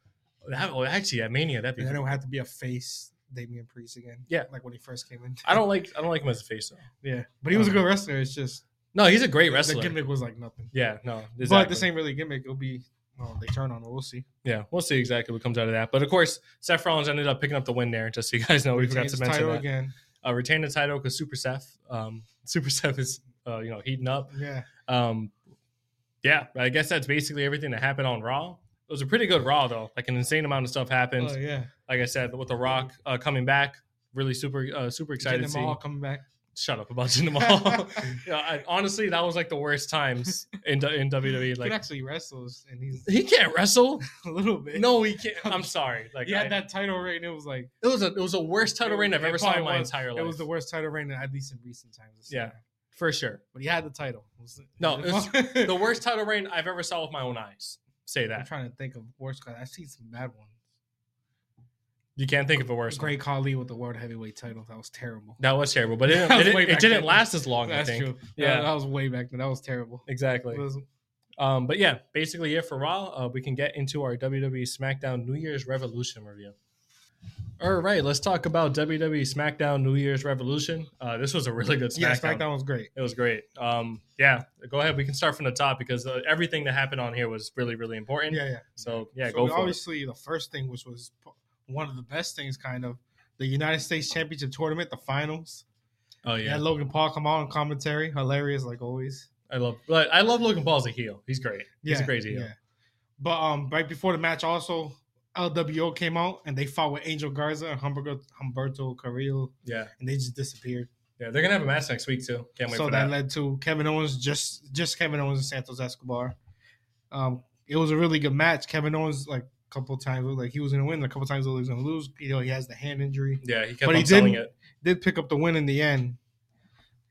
Speaker 2: That, well, actually, at Mania, that'd be.
Speaker 3: And then it would have to be a face Damian Priest again.
Speaker 2: Yeah.
Speaker 3: Like when he first came in.
Speaker 2: I don't like. I don't like him as a face though.
Speaker 3: Yeah. But he was a good wrestler. It's just
Speaker 2: No, he's a great
Speaker 3: the
Speaker 2: wrestler.
Speaker 3: gimmick was like nothing.
Speaker 2: Yeah, no,
Speaker 3: But
Speaker 2: exactly.
Speaker 3: this ain't really a gimmick. It'll be well, they turn on. it. We'll see.
Speaker 2: Yeah, we'll see exactly what comes out of that. But of course, Seth Rollins ended up picking up the win there. Just so you guys know, Oh, we forgot to
Speaker 3: Change his
Speaker 2: mention
Speaker 3: title
Speaker 2: that.
Speaker 3: again.
Speaker 2: Uh, retain the title because Super Seth, um, Super Seth is uh, you know heating up.
Speaker 3: Yeah.
Speaker 2: Um, yeah, I guess that's basically everything that happened on Raw. It was a pretty good Raw though. Like an insane amount of stuff happened.
Speaker 3: Oh yeah.
Speaker 2: Like I said, with The Rock uh, coming back, really super uh, super excited to
Speaker 3: Mm-hmm. Jinder
Speaker 2: see.
Speaker 3: Mahal coming back.
Speaker 2: Shut up about Jinder Mahal. yeah, I, honestly, that was like the worst times in in WWE.
Speaker 3: he
Speaker 2: E, Like
Speaker 3: actually wrestles and he's
Speaker 2: he can't wrestle.
Speaker 3: a little bit.
Speaker 2: No, he can't. I'm sorry. Like
Speaker 3: he had
Speaker 2: I-
Speaker 3: that title reign. It was like
Speaker 2: it was a it was a worst title
Speaker 3: It-
Speaker 2: reign I've
Speaker 3: it
Speaker 2: ever saw in
Speaker 3: probably
Speaker 2: my
Speaker 3: was.
Speaker 2: entire life.
Speaker 3: it was the worst title reign at least in recent times.
Speaker 2: Yeah. for sure.
Speaker 3: but he had the title. It was-
Speaker 2: No, it was
Speaker 3: I'm
Speaker 2: The worst title reign I've ever saw with my own eyes. Say that
Speaker 3: trying to think of worst. Cause I've seen some bad ones.
Speaker 2: you can't think of a worse. one.
Speaker 3: Great Khali with the world heavyweight title. That was terrible.
Speaker 2: That was terrible, but it didn't,
Speaker 3: That
Speaker 2: it,
Speaker 3: was
Speaker 2: didn't,
Speaker 3: way
Speaker 2: it
Speaker 3: back
Speaker 2: didn't
Speaker 3: then.
Speaker 2: last as long.
Speaker 3: That's
Speaker 2: I think
Speaker 3: true.
Speaker 2: Yeah.
Speaker 3: Yeah, that, was way back, then. that was terrible.
Speaker 2: exactly.
Speaker 3: It was-
Speaker 2: Um, but yeah, basically it for Raw. Uh, we can get into our WWE SmackDown New Year's Revolution review. All right, let's talk about WWE SmackDown New Year's Revolution. Uh, this was a really good SmackDown.
Speaker 3: yeah, SmackDown was great.
Speaker 2: It was great. Um, yeah, go ahead. We can start from the top because uh, everything that happened on here was really, really important.
Speaker 3: Yeah, yeah.
Speaker 2: So yeah,
Speaker 3: So
Speaker 2: go
Speaker 3: we
Speaker 2: for it.
Speaker 3: obviously the first thing, which was p- one of the best things, kind of the United States Championship Tournament, the finals.
Speaker 2: Oh
Speaker 3: Yeah,
Speaker 2: yeah,
Speaker 3: Logan Paul come out on commentary, hilarious like always.
Speaker 2: I love. But I love Logan Paul as a heel. He's great. He's a crazy heel.
Speaker 3: But um, right before the match, also LWO came out and they fought with Angel Garza and Humberto, Humberto Carrillo,
Speaker 2: Yeah,
Speaker 3: and they just disappeared.
Speaker 2: yeah, they're gonna have a match next week too. Can't wait
Speaker 3: so
Speaker 2: for
Speaker 3: that,
Speaker 2: that.
Speaker 3: led to Kevin Owens just just Kevin Owens and Santos Escobar. Um, it was a really good match. Kevin Owens like a couple times looked like he was gonna win, a couple times looked like he was gonna lose. You know he has the hand injury.
Speaker 2: yeah, he kept
Speaker 3: But
Speaker 2: on
Speaker 3: he
Speaker 2: selling
Speaker 3: didn't-
Speaker 2: it.
Speaker 3: Did pick up the win in the end.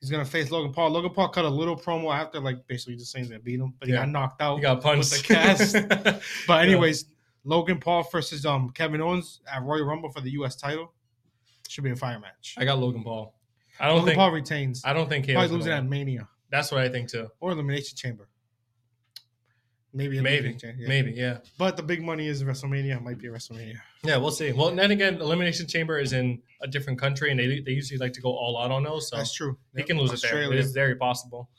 Speaker 3: He's gonna face Logan Paul. Logan Paul cut a little promo after like basically just saying he's gonna beat him, but he
Speaker 2: Yeah.
Speaker 3: got knocked out.
Speaker 2: He got punched.
Speaker 3: the cast. but anyways, Logan Paul versus um Kevin Owens at Royal Rumble for the U.S. title should be a fire match.
Speaker 2: I got Logan Paul. I don't
Speaker 3: Logan
Speaker 2: think.
Speaker 3: Paul retains.
Speaker 2: I don't think KO's
Speaker 3: Probably
Speaker 2: gonna
Speaker 3: Oh, losing at
Speaker 2: win.
Speaker 3: Mania.
Speaker 2: That's what I think too.
Speaker 3: or elimination chamber. Maybe
Speaker 2: Maybe,
Speaker 3: Elimination Chamber, yeah.
Speaker 2: maybe, yeah,
Speaker 3: But the big money is WrestleMania. It might be WrestleMania.
Speaker 2: yeah. We'll see. Well, then again, elimination chamber is in a different country, and they, they usually like to go all out on those. So
Speaker 3: That's true.
Speaker 2: he can lose it there.
Speaker 3: Australia.
Speaker 2: It is very possible.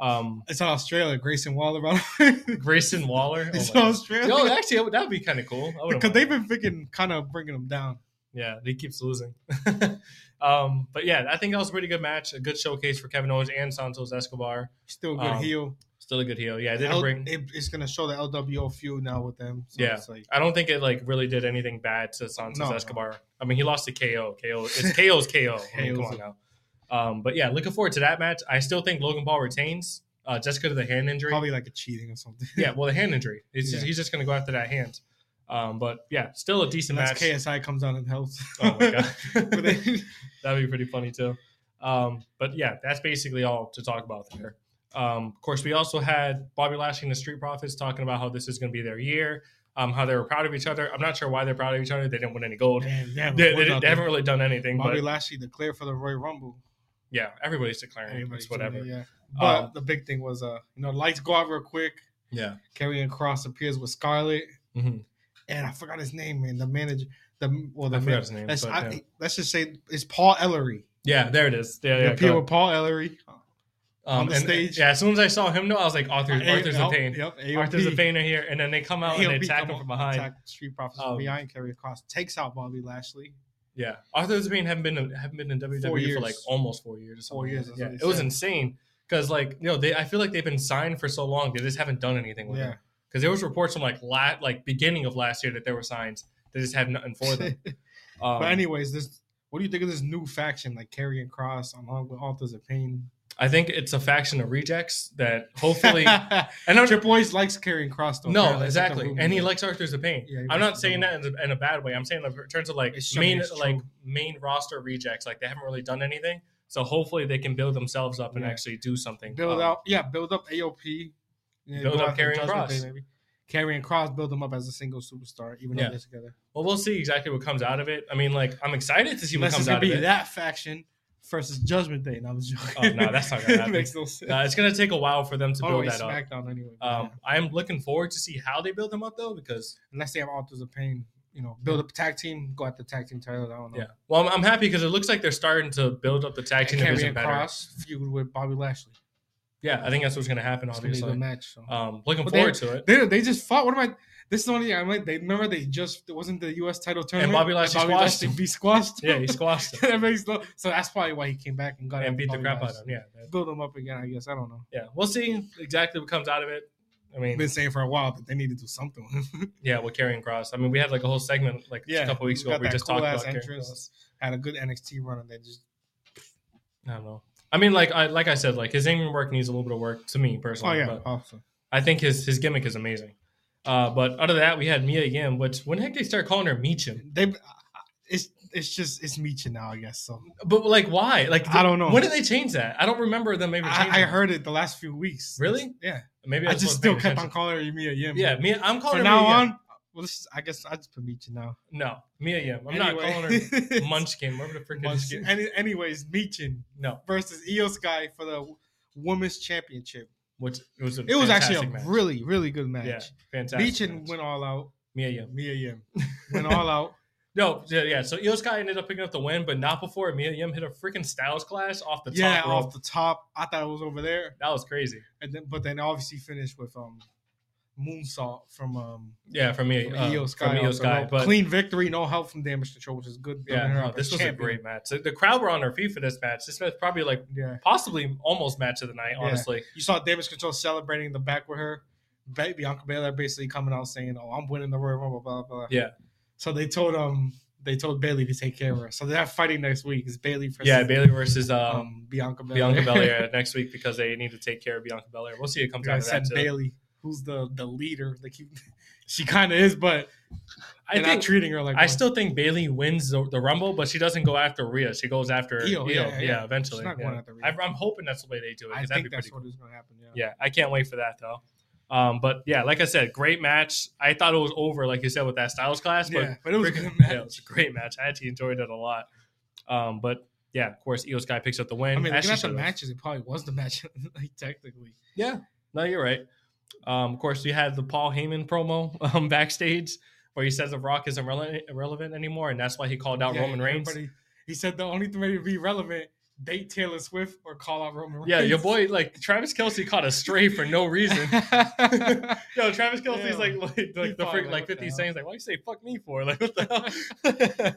Speaker 2: Um,
Speaker 3: It's on Australia. Grayson Waller. bro. it's
Speaker 2: Grayson Waller. Oh
Speaker 3: on
Speaker 2: my God.
Speaker 3: Australia.
Speaker 2: Yo, actually, that would- that'd be kind of cool. I wouldn't
Speaker 3: because
Speaker 2: mind
Speaker 3: they've
Speaker 2: that.
Speaker 3: been freaking kind of bringing them down.
Speaker 2: Yeah, he keeps losing. um, but yeah, I think that was a pretty good match. A good showcase for Kevin Owens and Santos Escobar.
Speaker 3: Still a good
Speaker 2: Um,
Speaker 3: heel.
Speaker 2: Still a good heel. Yeah, it didn't
Speaker 3: L-
Speaker 2: bring.
Speaker 3: it- it's gonna show the LWO feud now with them. So
Speaker 2: Yeah.
Speaker 3: it's like
Speaker 2: I don't think it like really did anything bad to Santos
Speaker 3: No, no.
Speaker 2: Escobar. I mean, he lost to KO. KO. It's KO's KO. I mean, come
Speaker 3: KO's
Speaker 2: on now. Um, but yeah, looking forward to that match. I still think Logan Paul retains uh, just because of the hand injury.
Speaker 3: probably like a cheating or something.
Speaker 2: Yeah, well, the hand injury. It's just,
Speaker 3: Yeah.
Speaker 2: he's just going to go after that hand. Um, but yeah, still a decent
Speaker 3: Unless
Speaker 2: match.
Speaker 3: KSI comes out and helps.
Speaker 2: Oh my god,
Speaker 3: But they-
Speaker 2: that'd be pretty funny too. Um, but yeah, that's basically all to talk about there. Um, of course, we also had Bobby Lashley and the Street Profits talking about how this is going to be their year, um, how they were proud of each other. I'm not sure why they're proud of each other. They didn't win any gold.
Speaker 3: Man, yeah,
Speaker 2: They,
Speaker 3: but
Speaker 2: they-
Speaker 3: what
Speaker 2: they haven't
Speaker 3: about
Speaker 2: really done anything.
Speaker 3: Bobby
Speaker 2: but
Speaker 3: Lashley declared for the Royal Rumble.
Speaker 2: yeah, everybody's declaring
Speaker 3: Everybody's
Speaker 2: it's
Speaker 3: doing
Speaker 2: whatever.
Speaker 3: it, yeah. But
Speaker 2: Um,
Speaker 3: the big thing was, uh, you know, lights go out real quick.
Speaker 2: yeah.
Speaker 3: Karrion Cross appears with Scarlet,
Speaker 2: hmm
Speaker 3: and I forgot his name, man. The manager, the well, the
Speaker 2: I forgot
Speaker 3: man,
Speaker 2: his name.
Speaker 3: let's,
Speaker 2: but,
Speaker 3: I-
Speaker 2: yeah.
Speaker 3: let's just say it's Paul Ellery.
Speaker 2: Yeah, there it is. Yeah,
Speaker 3: They
Speaker 2: yeah.
Speaker 3: appear
Speaker 2: go
Speaker 3: with Paul Ellery
Speaker 2: ahead.
Speaker 3: on the stage.
Speaker 2: Yeah, as soon as I saw him, no, I was like, Arthur's,
Speaker 3: A-
Speaker 2: Arthur's in
Speaker 3: yep,
Speaker 2: pain.
Speaker 3: Yep, AOP.
Speaker 2: Arthur's in pain are here, and then they come out and they
Speaker 3: AOP
Speaker 2: attack
Speaker 3: come
Speaker 2: him
Speaker 3: up,
Speaker 2: from behind.
Speaker 3: attack Street Profits
Speaker 2: Um,
Speaker 3: from behind. Karrion Cross takes out Bobby Lashley.
Speaker 2: Yeah, Arthur Sabine haven't been haven't been in WWE for
Speaker 3: years.
Speaker 2: like almost four years. or something
Speaker 3: Four
Speaker 2: like
Speaker 3: years,
Speaker 2: that. Oh,
Speaker 3: that's
Speaker 2: Yeah,
Speaker 3: what
Speaker 2: it
Speaker 3: they
Speaker 2: was
Speaker 3: said.
Speaker 2: insane because like you know they I feel like they've been signed for so long they just haven't done anything with
Speaker 3: Yeah,
Speaker 2: them. Because there was reports from like la- like beginning of last year that there were signs they just had nothing for them. Um,
Speaker 3: but anyways, this. What do you think of this new faction like Karrion Cross along with Arthur's in pain?
Speaker 2: I think it's a faction of rejects that hopefully and I'm,
Speaker 3: Triple H likes Karrion Cross though.
Speaker 2: no
Speaker 3: apparently. It's like a
Speaker 2: exactly
Speaker 3: rumor.
Speaker 2: and he likes Arthur's the pain.
Speaker 3: Yeah, he
Speaker 2: I'm
Speaker 3: likes
Speaker 2: not
Speaker 3: the
Speaker 2: saying
Speaker 3: rumor.
Speaker 2: that in a, in a bad way. I'm saying in terms of like
Speaker 3: It's- I mean,
Speaker 2: main
Speaker 3: it's true.
Speaker 2: like main roster rejects like they haven't really done anything. So hopefully they can build themselves up and
Speaker 3: Yeah.
Speaker 2: actually do something. Um,
Speaker 3: Build out, yeah, build up AOP. Yeah,
Speaker 2: Build
Speaker 3: go
Speaker 2: up
Speaker 3: after
Speaker 2: Karrion
Speaker 3: Judgment
Speaker 2: Kross.
Speaker 3: Day, maybe. Karrion Cross, build them up as a single superstar, even
Speaker 2: Yeah.
Speaker 3: though they're together.
Speaker 2: Well, we'll see exactly what comes out of it. I mean, like, I'm excited to see what
Speaker 3: Unless it's
Speaker 2: comes
Speaker 3: gonna
Speaker 2: out of
Speaker 3: be
Speaker 2: it.
Speaker 3: that faction versus Judgment Day. And I was
Speaker 2: Oh,
Speaker 3: joking.
Speaker 2: no, that's not gonna happen.
Speaker 3: Makes no sense.
Speaker 2: Uh, it's going to take a while for them to build
Speaker 3: Always
Speaker 2: that up.
Speaker 3: SmackDown anyway. but
Speaker 2: Um,
Speaker 3: yeah.
Speaker 2: I'm looking forward to see how they build them up, though, because
Speaker 3: Unless they have authors of pain, you know, build up a tag team, go at the tag team title. I don't know.
Speaker 2: yeah. Well, I'm, I'm happy because it looks like they're starting to build up the tag
Speaker 3: And
Speaker 2: team division
Speaker 3: Karrion
Speaker 2: better.
Speaker 3: Cross feud with Bobby Lashley.
Speaker 2: Yeah, I think that's what's going to happen.
Speaker 3: It's gonna be a
Speaker 2: Obviously,
Speaker 3: good match. So.
Speaker 2: um, looking
Speaker 3: But they-
Speaker 2: forward to it.
Speaker 3: They, they just fought. What am I? This is the only thing I mean. They remember they just it wasn't the U.S. title tournament.
Speaker 2: Bobby Lashley squashed him.
Speaker 3: be squashed.
Speaker 2: yeah, he squashed him
Speaker 3: that makes no. So that's probably why he came back and got
Speaker 2: and beat the
Speaker 3: Bobby
Speaker 2: crap out of
Speaker 3: Lashley.
Speaker 2: him. Yeah, that-
Speaker 3: Build him up again, I guess. I don't know.
Speaker 2: yeah. We'll see exactly what comes out of it. I mean,
Speaker 3: I've been saying for a while that they need to do something. with him.
Speaker 2: yeah, with carrying cross. I mean, we had like a whole segment like
Speaker 3: Yeah,
Speaker 2: a couple weeks
Speaker 3: he's
Speaker 2: ago.
Speaker 3: got
Speaker 2: where We
Speaker 3: that
Speaker 2: just
Speaker 3: cool
Speaker 2: talked
Speaker 3: ass
Speaker 2: about Karrion
Speaker 3: entrance.
Speaker 2: Kross.
Speaker 3: Had a good NXT run and they just
Speaker 2: I don't know. I mean, like I like I said, like his in work needs a little bit of work to me
Speaker 3: oh
Speaker 2: personally.
Speaker 3: yeah,
Speaker 2: But
Speaker 3: awesome.
Speaker 2: I think his his gimmick is amazing. Uh, but out of that, we had Mia Yim, which when the heck they start calling her Meechim?
Speaker 3: They it's it's just it's Meechin now, I guess. So
Speaker 2: But like, why? Like,
Speaker 3: I don't know.
Speaker 2: When did they change that? I don't remember them ever changing.
Speaker 3: I, I
Speaker 2: it.
Speaker 3: heard it the last few weeks.
Speaker 2: Really?
Speaker 3: Yeah,
Speaker 2: Maybe I,
Speaker 3: I
Speaker 2: wasn't
Speaker 3: just still
Speaker 2: paying
Speaker 3: kept on
Speaker 2: attention.
Speaker 3: calling her Mia Yim.
Speaker 2: Yeah, Mia. I'm calling
Speaker 3: From
Speaker 2: her
Speaker 3: now
Speaker 2: Mia Yim.
Speaker 3: on, well, this is, I guess I just put Meechin now.
Speaker 2: No, Mia Yim. I'm not
Speaker 3: Anyway.
Speaker 2: calling her Munchkin. Whatever the frick it is.
Speaker 3: Munchkin. Any, anyways, Meechin
Speaker 2: No,
Speaker 3: versus Io Sky for the women's championship.
Speaker 2: which it was. A
Speaker 3: It was actually a
Speaker 2: fantastic match.
Speaker 3: really, really good match.
Speaker 2: yeah, fantastic.
Speaker 3: Meechin
Speaker 2: match.
Speaker 3: went all out.
Speaker 2: Mia Yim.
Speaker 3: Mia Yim went all out.
Speaker 2: No, yeah, yeah. So Io Sky ended up picking up the win, but not before Mia Yim hit a freaking Styles Clash off the
Speaker 3: yeah,
Speaker 2: top rope.
Speaker 3: off the top. I thought it was over there,
Speaker 2: that was crazy.
Speaker 3: and then but then obviously finished with um moonsault from um
Speaker 2: Yeah, from Mia,
Speaker 3: from
Speaker 2: uh,
Speaker 3: Io Sky.
Speaker 2: From Io
Speaker 3: off the
Speaker 2: Sky,
Speaker 3: rope.
Speaker 2: but
Speaker 3: clean victory, no help from Damage Control, which is good.
Speaker 2: yeah,
Speaker 3: building her
Speaker 2: no,
Speaker 3: up
Speaker 2: this
Speaker 3: as
Speaker 2: was a
Speaker 3: champion.
Speaker 2: great match. The- The crowd were on their feet for this match. This was probably like
Speaker 3: Yeah,
Speaker 2: possibly almost match of the night,
Speaker 3: Yeah.
Speaker 2: honestly.
Speaker 3: you saw Damage Control celebrating in the back with her. Ba- Bianca Belair basically coming out saying, "Oh, I'm winning the Royal Rumble." Blah blah. blah.
Speaker 2: Yeah.
Speaker 3: So they told um they told Bailey to take care of her. So they're fighting next week. Is Bailey versus
Speaker 2: Yeah, Bailey versus um,
Speaker 3: um, Bianca Belair.
Speaker 2: Bianca Belair next week because they need to take care of Bianca Belair. We'll see it comes
Speaker 3: I
Speaker 2: out of
Speaker 3: said
Speaker 2: that too.
Speaker 3: Bailey, who's the the leader. Like you, she kind of is, but
Speaker 2: I
Speaker 3: they're not
Speaker 2: think
Speaker 3: treating her like.
Speaker 2: I
Speaker 3: one.
Speaker 2: still think Bailey wins the, the Rumble, but she doesn't go after Rhea. She goes after
Speaker 3: Io,
Speaker 2: Io.
Speaker 3: yeah,
Speaker 2: Yeah,
Speaker 3: yeah, yeah.
Speaker 2: eventually.
Speaker 3: She's not
Speaker 2: yeah.
Speaker 3: going after Rhea.
Speaker 2: I, I'm hoping that's the way they do it.
Speaker 3: I
Speaker 2: 'cause that'd
Speaker 3: think
Speaker 2: be pretty
Speaker 3: that's
Speaker 2: cool.
Speaker 3: what is going to happen. Yeah.
Speaker 2: Yeah, I can't wait for that though. Um, but yeah, like I said, great match. I thought it was over, like you said, with that Styles clash, but
Speaker 3: Yeah, but it was a
Speaker 2: freaking-
Speaker 3: good match.
Speaker 2: yeah, it was a great match. I actually enjoyed it a lot. Um, but yeah, of course, Io Sky picks up the win.
Speaker 3: I mean,
Speaker 2: As she
Speaker 3: looking at the
Speaker 2: should've.
Speaker 3: matches, it probably was the match, like technically.
Speaker 2: Yeah, no, you're right. Um, of course, you had the Paul Heyman promo um, backstage where he says the Rock isn't rele- irrelevant anymore, and that's why he called out
Speaker 3: Yeah,
Speaker 2: Roman Reigns.
Speaker 3: everybody- He said the only thing ready to be relevant, date Taylor Swift or call out Roman Reigns.
Speaker 2: Yeah, your boy like Travis Kelsey caught a stray for no reason. Yo, Travis Kelsey's like like,
Speaker 3: Yeah.
Speaker 2: like the
Speaker 3: thought,
Speaker 2: freak, like
Speaker 3: like, what the
Speaker 2: Fifty
Speaker 3: hell?
Speaker 2: Cent's like, why you say fuck me for? Like what the hell?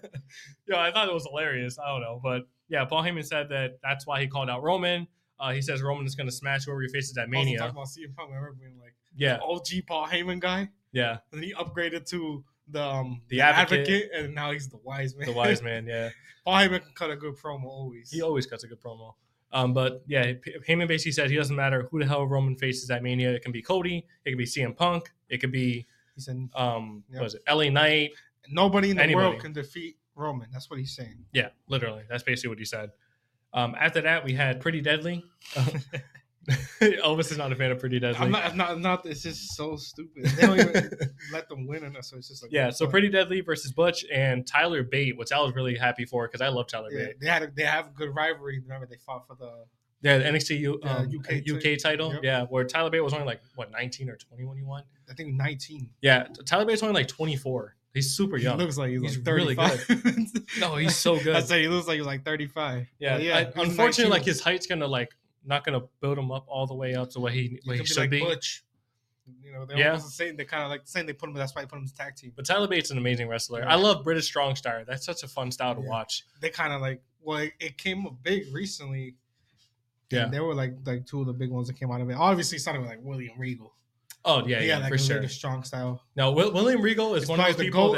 Speaker 2: Yo, I thought it was hilarious. I don't know, but yeah, Paul Heyman said that that's why he called out Roman. Uh, he says Roman is going to smash whoever he faces at
Speaker 3: Mania.
Speaker 2: Mania.
Speaker 3: about CM Punk, I remember being like
Speaker 2: Yeah,
Speaker 3: the OG Paul Heyman guy,
Speaker 2: yeah,
Speaker 3: and he upgraded to the um
Speaker 2: The advocate.
Speaker 3: and now he's the wise man.
Speaker 2: the wise man. Yeah.
Speaker 3: Paul Heyman can cut a good promo always.
Speaker 2: He always cuts a good promo. Um, but yeah, P- Heyman basically said he doesn't matter who the hell Roman faces at Mania. It can be Cody, it can be CM Punk, it could be
Speaker 3: He said
Speaker 2: um,
Speaker 3: Yep.
Speaker 2: what was it LA Knight?
Speaker 3: nobody in the
Speaker 2: Anybody.
Speaker 3: world can defeat Roman. That's what he's saying.
Speaker 2: Yeah, literally, that's basically what he said. Um, after that, we had Pretty Deadly. Elvis is not a fan of Pretty Deadly.
Speaker 3: I'm not, I'm not, I'm not. It's just so stupid. They don't even let them win, and so it's just like
Speaker 2: yeah, so
Speaker 3: fuck.
Speaker 2: Pretty Deadly versus Butch and Tyler Bate, which I was really happy for because I love Tyler
Speaker 3: Yeah,
Speaker 2: Bate.
Speaker 3: they had a, they have good rivalry. Remember they fought for the
Speaker 2: Yeah, the NXT U,
Speaker 3: Yeah,
Speaker 2: um,
Speaker 3: UK
Speaker 2: UK, title.
Speaker 3: Yep.
Speaker 2: Yeah, where Tyler Bate was only like what 19 or 20 when he won.
Speaker 3: I think 19.
Speaker 2: Yeah, Tyler Bates only like 24. He's super young.
Speaker 3: He looks like he's,
Speaker 2: He's
Speaker 3: like
Speaker 2: really
Speaker 3: 35.
Speaker 2: no, he's so
Speaker 3: I
Speaker 2: good.
Speaker 3: say he looks like he's like 35.
Speaker 2: yeah,
Speaker 3: But
Speaker 2: I-
Speaker 3: he was
Speaker 2: unfortunately,
Speaker 3: 19.
Speaker 2: like his height's gonna like not gonna build him up all the way up to what he
Speaker 3: You
Speaker 2: what he
Speaker 3: could be
Speaker 2: should
Speaker 3: like
Speaker 2: be.
Speaker 3: Butch. You know, they're
Speaker 2: Yeah.
Speaker 3: almost the same. They kind of like the same. They put him. That's why they put him as tag team. But
Speaker 2: But Tyler Bates is an amazing wrestler.
Speaker 3: Yeah.
Speaker 2: I love British Strong Style. That's such a fun style to
Speaker 3: Yeah.
Speaker 2: watch.
Speaker 3: they kind of like well, it, it came up big recently.
Speaker 2: Yeah.
Speaker 3: And they were like like two of the big ones that came out of it. Obviously, something like William Regal.
Speaker 2: Oh yeah, yeah,
Speaker 3: like
Speaker 2: for sure.
Speaker 3: the strong style.
Speaker 2: No, Will, William Regal is
Speaker 3: It's
Speaker 2: one of
Speaker 3: probably
Speaker 2: those people
Speaker 3: the goal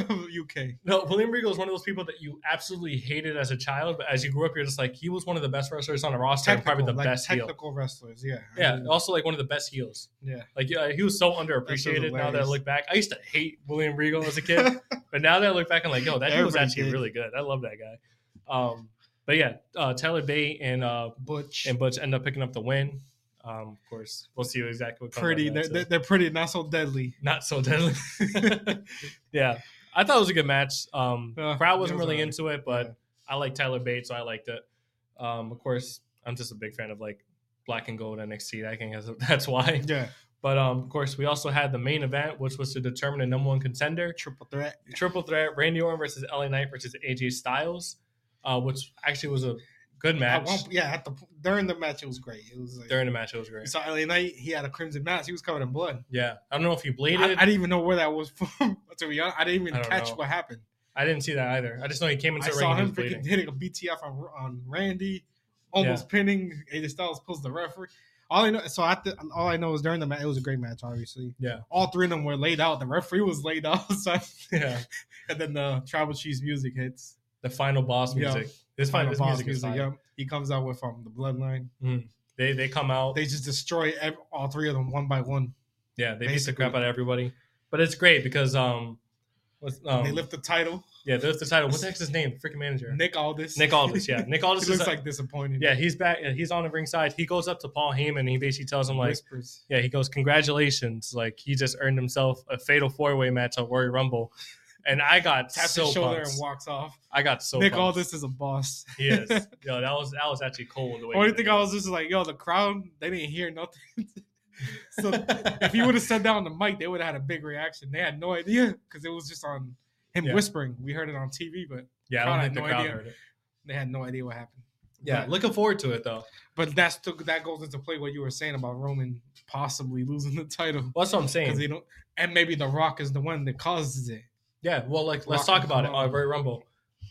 Speaker 2: that.
Speaker 3: of, of UK.
Speaker 2: no, William Regal is one of those people that you absolutely hated as a child, but as you grew up, you're just like he was one of the best wrestlers on the roster, and probably the
Speaker 3: like
Speaker 2: best heel.
Speaker 3: technical wrestlers. Yeah. I
Speaker 2: Yeah,
Speaker 3: mean,
Speaker 2: also like one of the best heels.
Speaker 3: Yeah.
Speaker 2: Like yeah, he was so underappreciated. Now that I
Speaker 3: hilarious.
Speaker 2: look back, I used to hate William Regal as a kid, but now that I look back, I'm like, yo, that dude was
Speaker 3: Everybody
Speaker 2: actually
Speaker 3: did.
Speaker 2: really good. I love that guy. Um, but yeah, uh, Tyler Bate and uh,
Speaker 3: Butch.
Speaker 2: and Butch end up picking up the win. Um, of course, we'll see exactly what comes out of
Speaker 3: pretty.
Speaker 2: that,
Speaker 3: They're,
Speaker 2: so.
Speaker 3: they're, they're pretty, not so deadly.
Speaker 2: not so deadly. yeah, I thought it was a good match. Um,
Speaker 3: Yeah,
Speaker 2: crowd
Speaker 3: Uh, it
Speaker 2: wasn't
Speaker 3: was
Speaker 2: really
Speaker 3: alright.
Speaker 2: into it, but
Speaker 3: Yeah.
Speaker 2: I like Tyler Bates, so I liked it. Um, of course, I'm just a big fan of like black and gold NXT. I think that's, that's why.
Speaker 3: Yeah.
Speaker 2: But um, of course, we also had the main event, which was to determine the number one contender.
Speaker 3: Triple threat.
Speaker 2: Triple threat: Randy Orton versus LA Knight versus AJ Styles, uh, which actually was a good
Speaker 3: At
Speaker 2: match.
Speaker 3: one- yeah, at the during the match it was great. It was like
Speaker 2: During the match, it was
Speaker 3: you
Speaker 2: great.
Speaker 3: saw LA Knight, he had a crimson mask, he was covered in blood.
Speaker 2: Yeah, I don't know if you
Speaker 3: I,
Speaker 2: bleeded.
Speaker 3: I didn't even know where that was from. To be honest, I didn't even
Speaker 2: I don't
Speaker 3: catch
Speaker 2: know.
Speaker 3: what happened.
Speaker 2: I didn't see that either. I just know he came into
Speaker 3: I
Speaker 2: the
Speaker 3: saw
Speaker 2: ring and he was
Speaker 3: him
Speaker 2: bleeding.
Speaker 3: freaking hitting a BTF on, on Randy, almost pinning AJ Styles pulls the referee. All I know, so I th- all I know is during the match, it was a great match, obviously.
Speaker 2: Yeah.
Speaker 3: All three of them were laid out. The referee was laid out, so I-
Speaker 2: Yeah.
Speaker 3: and then the tribal chief's music hits.
Speaker 2: The final boss
Speaker 3: Yeah.
Speaker 2: music. This final this
Speaker 3: Boss
Speaker 2: music, is fire.
Speaker 3: yep. He comes out with um, the bloodline.
Speaker 2: They they come out.
Speaker 3: They just destroy ev- all three of them one by one.
Speaker 2: yeah, they beat the
Speaker 3: basically-
Speaker 2: crap out of everybody. But it's great because um, what's um,
Speaker 3: they lift the title.
Speaker 2: yeah, there's the title. What's the heck's his name? Freaking manager. Nick,
Speaker 3: Nick Aldis.
Speaker 2: Aldis. Yeah, Nick
Speaker 3: he
Speaker 2: Aldis is
Speaker 3: looks
Speaker 2: like
Speaker 3: like disappointed.
Speaker 2: yeah, he's back. yeah, He's on the ringside. He goes up to Paul Heyman and he basically tells him like,
Speaker 3: whispers.
Speaker 2: yeah, he goes, congratulations, like he just earned himself a fatal four way match on Royal Rumble. And I got
Speaker 3: Taps
Speaker 2: so
Speaker 3: his shoulder
Speaker 2: pumped.
Speaker 3: and walks off.
Speaker 2: I got so
Speaker 3: Nick
Speaker 2: pumped.
Speaker 3: Aldis is a boss.
Speaker 2: Yes, yo, that was that was actually cold. The way
Speaker 3: Only
Speaker 2: he did
Speaker 3: thing I was just like, yo, the crowd, they didn't hear nothing. so if he would have said that on the mic, they would have had a big reaction. They had no idea because it was just on him
Speaker 2: Yeah.
Speaker 3: whispering. We heard it on TV, but
Speaker 2: it. yeah, I
Speaker 3: crowd
Speaker 2: don't think
Speaker 3: had
Speaker 2: the
Speaker 3: no
Speaker 2: crowd
Speaker 3: idea.
Speaker 2: heard it.
Speaker 3: they had no idea what happened.
Speaker 2: Yeah,
Speaker 3: But-
Speaker 2: looking forward to it though.
Speaker 3: But that's the, that goes into play what you were saying about Roman possibly losing the title
Speaker 2: Well, that's what I'm saying.
Speaker 3: because they don't, and maybe The Rock is the one that causes it.
Speaker 2: yeah, well, like let's
Speaker 3: Rock
Speaker 2: talk
Speaker 3: and
Speaker 2: about it
Speaker 3: Rumble.
Speaker 2: on Royal Rumble.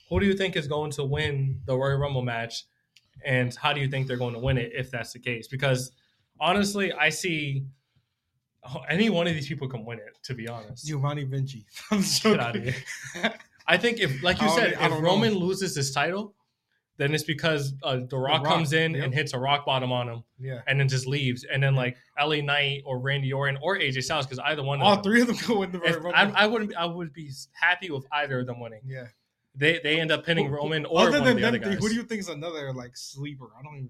Speaker 2: Who do you think is going to win the Royal Rumble match, and how do you think they're going to win it if that's the case? Because honestly, I see, oh, any one of these people can win it. To be honest,
Speaker 3: Giovanni Vinci. I'm
Speaker 2: Get outta here. I think if, like you
Speaker 3: I don't-
Speaker 2: said,
Speaker 3: I
Speaker 2: if
Speaker 3: don't
Speaker 2: Roman loses his title, then it's because uh, the, Rock
Speaker 3: Rock,
Speaker 2: comes in
Speaker 3: yep.
Speaker 2: and hits a rock bottom on him,
Speaker 3: yeah.
Speaker 2: and then just leaves. And then like LA Knight or Randy Orton or AJ Styles, because either one, of
Speaker 3: All
Speaker 2: them-
Speaker 3: three of them go win the
Speaker 2: if-
Speaker 3: Royal Rumble.
Speaker 2: I, I wouldn't. be- I would be happy with either of them winning.
Speaker 3: yeah.
Speaker 2: They they end up pinning
Speaker 3: Who- who-
Speaker 2: Roman or
Speaker 3: other
Speaker 2: one of
Speaker 3: than
Speaker 2: the other
Speaker 3: them, three,
Speaker 2: guys.
Speaker 3: who do you think is another like sleeper? I don't even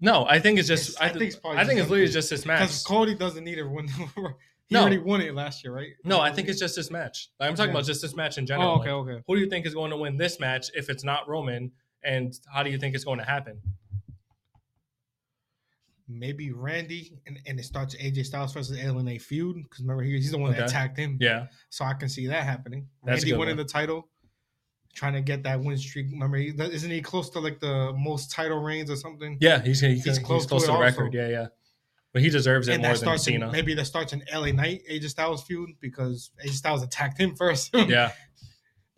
Speaker 2: no, I think it's just.
Speaker 3: It's-
Speaker 2: I,
Speaker 3: I
Speaker 2: think
Speaker 3: think
Speaker 2: it's
Speaker 3: it's probably
Speaker 2: I think
Speaker 3: just
Speaker 2: it's literally
Speaker 3: them.
Speaker 2: just this
Speaker 3: because
Speaker 2: match.
Speaker 3: Cody doesn't need to win. The, he
Speaker 2: No.
Speaker 3: already won it last year, right?
Speaker 2: No, I think it's just this match. Like, I'm talking
Speaker 3: Yeah.
Speaker 2: about just this match in general.
Speaker 3: Oh,
Speaker 2: Like,
Speaker 3: okay, okay.
Speaker 2: who do you think is going to win this match if it's not Roman? And how do you think it's going to happen?
Speaker 3: Maybe Randy, and, and it starts AJ Styles versus LNA feud because remember he, he's the one that
Speaker 2: Okay.
Speaker 3: attacked him.
Speaker 2: Yeah,
Speaker 3: So I can see that happening.
Speaker 2: That's a
Speaker 3: Randy
Speaker 2: good
Speaker 3: winning
Speaker 2: one.
Speaker 3: the title, trying to get that win streak. Remember, he, isn't he close to like the most title reigns or something?
Speaker 2: yeah, he's he's, he's
Speaker 3: He's
Speaker 2: close,
Speaker 3: close
Speaker 2: to,
Speaker 3: to
Speaker 2: the
Speaker 3: it also.
Speaker 2: record. Yeah, yeah, but he deserves it
Speaker 3: and
Speaker 2: more
Speaker 3: that
Speaker 2: than
Speaker 3: starts in,
Speaker 2: Cena.
Speaker 3: maybe that starts an LA Knight AJ Styles feud because AJ Styles attacked him first.
Speaker 2: yeah,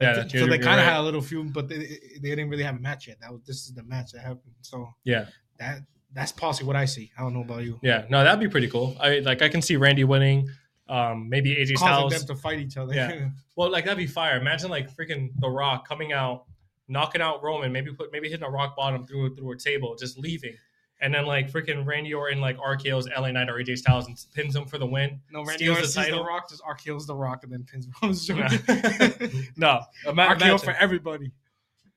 Speaker 2: yeah. you're-
Speaker 3: so they
Speaker 2: you're
Speaker 3: kind of
Speaker 2: right.
Speaker 3: had a little feud, but they, they didn't really have a match yet. That was this is the match that happened. So
Speaker 2: yeah,
Speaker 3: that that's possibly what I see. I don't know about you.
Speaker 2: yeah. No, that'd be pretty cool. I like I can see Randy winning. Um, maybe AJ
Speaker 3: Causing
Speaker 2: Styles.
Speaker 3: them to fight each other.
Speaker 2: Yeah. Well, like that'd be fire. Imagine like freaking The Rock coming out, knocking out Roman, maybe put maybe hitting a rock bottom through through a table, just leaving, and then like freaking Randy Orton like RKO's LA Knight or AJ Styles and pins him for the win.
Speaker 3: no, Randy
Speaker 2: Steals
Speaker 3: Orton
Speaker 2: the
Speaker 3: sees the
Speaker 2: title.
Speaker 3: Rock, just RKO's the Rock, and then pins Roman's
Speaker 2: No,
Speaker 3: RKO
Speaker 2: no, ima- imagine.
Speaker 3: for everybody.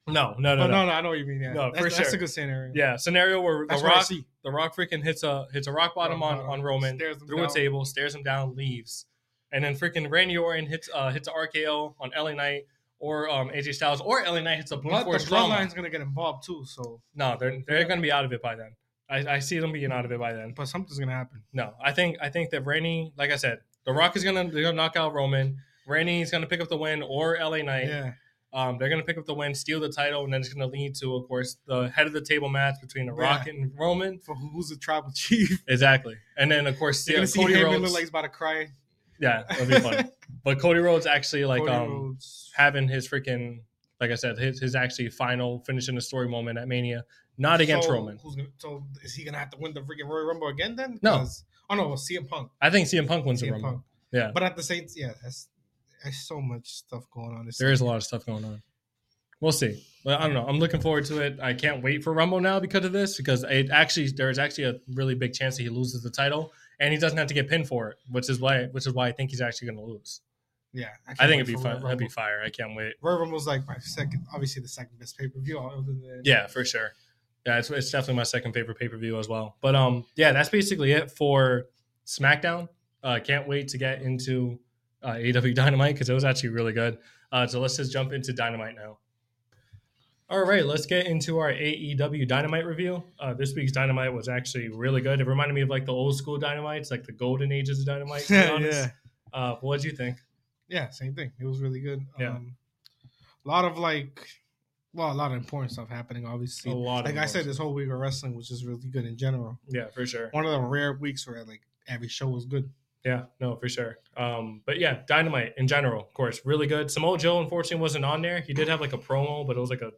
Speaker 2: no, no, no,
Speaker 3: but
Speaker 2: no.
Speaker 3: Oh, no, no, I know what you mean. Yeah,
Speaker 2: No,
Speaker 3: that's,
Speaker 2: for
Speaker 3: that's
Speaker 2: sure.
Speaker 3: a good scenario.
Speaker 2: Yeah, scenario where
Speaker 3: that's
Speaker 2: the
Speaker 3: what I
Speaker 2: Rock,
Speaker 3: see.
Speaker 2: the Rock freaking hits a hits a rock bottom
Speaker 3: Rock
Speaker 2: on,
Speaker 3: bottom,
Speaker 2: on Roman
Speaker 3: stares him
Speaker 2: through a
Speaker 3: down.
Speaker 2: table, stares him down, leaves, and then freaking Randy Orton hits uh hits a RKO on LA Knight or um AJ Styles or LA Knight hits a
Speaker 3: Blood,
Speaker 2: blunt
Speaker 3: the
Speaker 2: force trauma.
Speaker 3: bloodline's gonna get involved too. So,
Speaker 2: No, they're they're gonna be out of it by then. I, I see them being out of it by then.
Speaker 3: but something's gonna happen.
Speaker 2: No, I think I think that Randy, like I said, The Rock is gonna they're gonna knock out Roman. Randy's gonna pick up the win or LA Knight.
Speaker 3: Yeah,
Speaker 2: Um, they're gonna pick up the win, steal the title, and then it's gonna lead to, of course, the head of the table match between The Rock and Roman.
Speaker 3: for who- who's the tribal chief?
Speaker 2: Exactly, and then of course,
Speaker 3: You're
Speaker 2: yeah,
Speaker 3: gonna see
Speaker 2: Cody
Speaker 3: Heyman
Speaker 2: Rhodes.
Speaker 3: look like he's about to cry.
Speaker 2: yeah, that'd be funny. but Cody Rhodes actually like
Speaker 3: Cody
Speaker 2: um
Speaker 3: Rhodes.
Speaker 2: having his freaking like I said his his actually final finishing the story moment at Mania, not against
Speaker 3: So,
Speaker 2: Roman.
Speaker 3: Who's gonna, so is he gonna have to win the freaking Royal Rumble again then?
Speaker 2: No.
Speaker 3: 'Cause- Oh no, well, CM Punk.
Speaker 2: I think CM Punk wins the
Speaker 3: CM
Speaker 2: Rumble.
Speaker 3: Punk.
Speaker 2: Yeah.
Speaker 3: But at the same, yeah, that's, that's so much stuff going on. It's,
Speaker 2: There is a lot of stuff going on. We'll see. But I don't know. I'm looking forward to it. I can't wait for Rumble now because of this, because it actually there is actually a really big chance that he loses the title and he doesn't have to get pinned for it, which is why which is why I think he's actually gonna lose.
Speaker 3: yeah,
Speaker 2: I
Speaker 3: can't
Speaker 2: think
Speaker 3: wait
Speaker 2: it'd be
Speaker 3: for
Speaker 2: fun.
Speaker 3: Royal
Speaker 2: That'd be
Speaker 3: Rumble.
Speaker 2: fire. I can't wait.
Speaker 3: Royal Rumble's like my second, obviously the second best pay per view. Other than
Speaker 2: Yeah, for sure. Yeah, it's, it's definitely my second favorite pay per view as well. But um, yeah, that's basically it for SmackDown. Uh, can't wait to get into uh, AW Dynamite because it was actually really good. Uh, so let's just jump into Dynamite now. All right, let's get into our AEW Dynamite review. Uh, this week's Dynamite was actually really good. It reminded me of like the old school Dynamites, like the golden ages of Dynamite. To be honest.
Speaker 3: yeah,
Speaker 2: Uh, what do you think?
Speaker 3: yeah, same thing. It was really good.
Speaker 2: Yeah.
Speaker 3: Um, a lot of like, well, a lot of important stuff happening. Obviously,
Speaker 2: A lot.
Speaker 3: like
Speaker 2: of
Speaker 3: I said,
Speaker 2: emotions.
Speaker 3: this whole week of wrestling was just really good in general.
Speaker 2: yeah, for sure.
Speaker 3: One of the rare weeks where like every show was good.
Speaker 2: Yeah, no, for sure. Um, but yeah, Dynamite in general, of course, really good. Samoa Joe unfortunately wasn't on there. He did have like a promo, but it was like a